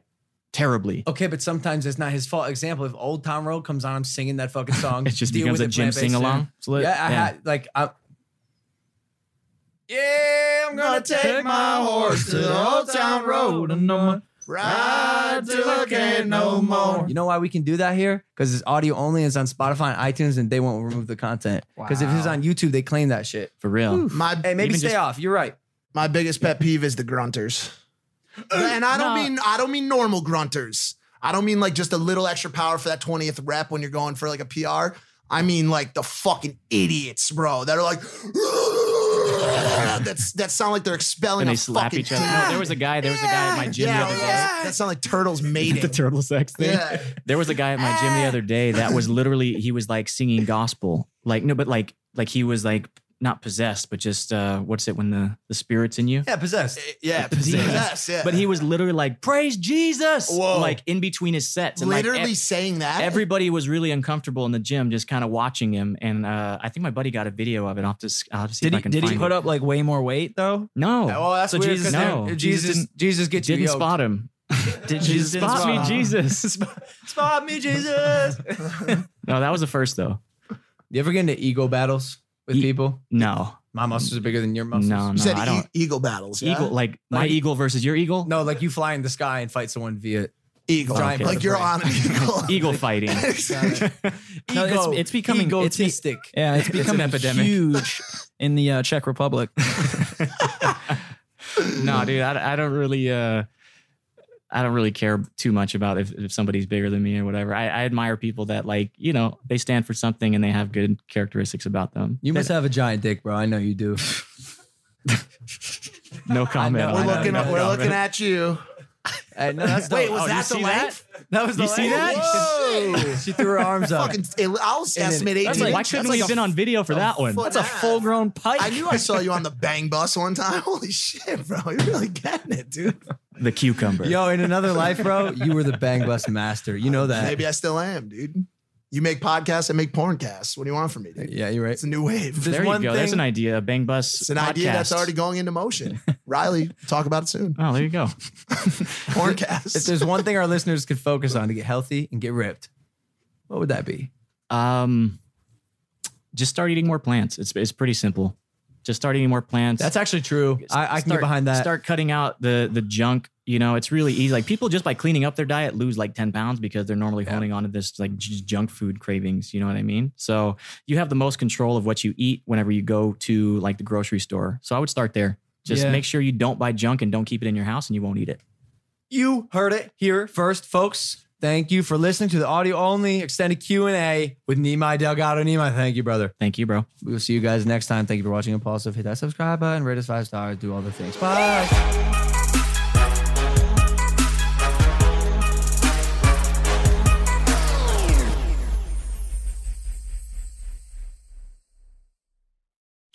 terribly. Okay, but sometimes it's not his fault. Example: If Old Town Road comes on, I'm singing that fucking song. It just Deal becomes with a it, gym plant-based sing along. dinner. Yeah, I had like I. Yeah, I'm gonna take my horse to the Old Town Road. and I'm gonna Ride till I can't no more. You know why we can do that here? Because it's audio only. It's on Spotify and iTunes, and they won't remove the content. Because if it's on YouTube, they claim that shit. for real. My Hey, maybe Even stay just- off. You're right. my biggest pet peeve is the grunters, Uh, and I don't nah. mean I don't mean normal grunters. I don't mean like just a little extra power for that 20th rep when you're going for like a PR. I mean like the fucking idiots, bro. That are like. That's that sound like they're expelling. And a they slap fucking each other. No, there was a guy. There was a guy at my gym the Yeah, other day. that sound like turtles mating. The turtle sex thing. Yeah. There was a guy at my gym the other day that was literally he was like singing gospel. Like no, but like like he was like not possessed, but just uh what's it when the the spirit's in you? Yeah, possessed. Yeah, Possessed. possessed, yeah. But he was literally like, praise Jesus. Whoa. Like in between his sets. And literally like, ev- saying that. everybody was really uncomfortable in the gym, just kind of watching him. And uh, I think my buddy got a video of it. I'll have to, s- I'll have to see Did if he I can did he find put it. up like way more weight though? No. Oh, that's so weird. Jesus, 'cause no. they're- Jesus, didn't, Jesus gets you. didn't yoked. spot him. Did Jesus didn't spot me, spot him. Jesus? Spot me, Jesus. No, that was the first though. You ever get into ego battles with Ye- people? No, My muscles are bigger than your muscles. no, no, you said I e- don't. eagle battles. Yeah? Eagle, like my Like- eagle versus your eagle. No, like you fly in the sky and fight someone via Eagle. Giant like bird. you're on an eagle. Eagle fighting. No, it's- Ego- it's, becoming it's be- egotistic. yeah, it's becoming epidemic. huge in the uh, Czech Republic. no, dude, I, I don't really, uh, I don't really care too much about if, if somebody's bigger than me or whatever. I, I admire people that like, you know, they stand for something and they have good characteristics about them. You must have a giant dick, bro. I know you do. No comment. know, on I that. know, Looking I at- know. we're looking at you. Hey, no, that's the- Wait, was oh, that the you see length? That was the You see length? Whoa! She threw her arms up. Fucking, I'll estimate eighteen. That's like, why inches. couldn't That's like we have a been on video for that one? foot That's and a half. full grown pike. I knew I saw you on the bang bus one time. Holy shit, bro! You're really getting it, dude. The cucumber. Yo, in another life, bro, you were the bang bus master. You know that. Maybe I still am, dude. You make podcasts, I make porncasts. What do you want from me, dude? Yeah, you're right. It's a new wave. There's there you go. one There's thing- an idea. Bang bus. It's an idea that's podcast. already going into motion. Riley, talk about it soon. Oh, there you go. If Porncast. there's one thing our listeners could focus on to get healthy and get ripped, what would that be? Um, just start eating more plants. It's it's pretty simple. Just start eating more plants. That's actually true. I, I can get Start- behind that. Start cutting out the the junk. You know, it's really easy. Like people just by cleaning up their diet lose like ten pounds because they're normally holding on to this like j- junk food cravings. You know what I mean? So you have the most control of what you eat whenever you go to like the grocery store. So I would start there. Just Yeah. make sure you don't buy junk and don't keep it in your house, and you won't eat it. You heard it here first, folks. Thank you for listening to the audio only extended Q and A with Nimai Delgado. Nimai, thank you, brother. Thank you, bro. We will see you guys next time. Thank you for watching Impulsive. Hit that subscribe button, rate us five stars, do all the things. Bye.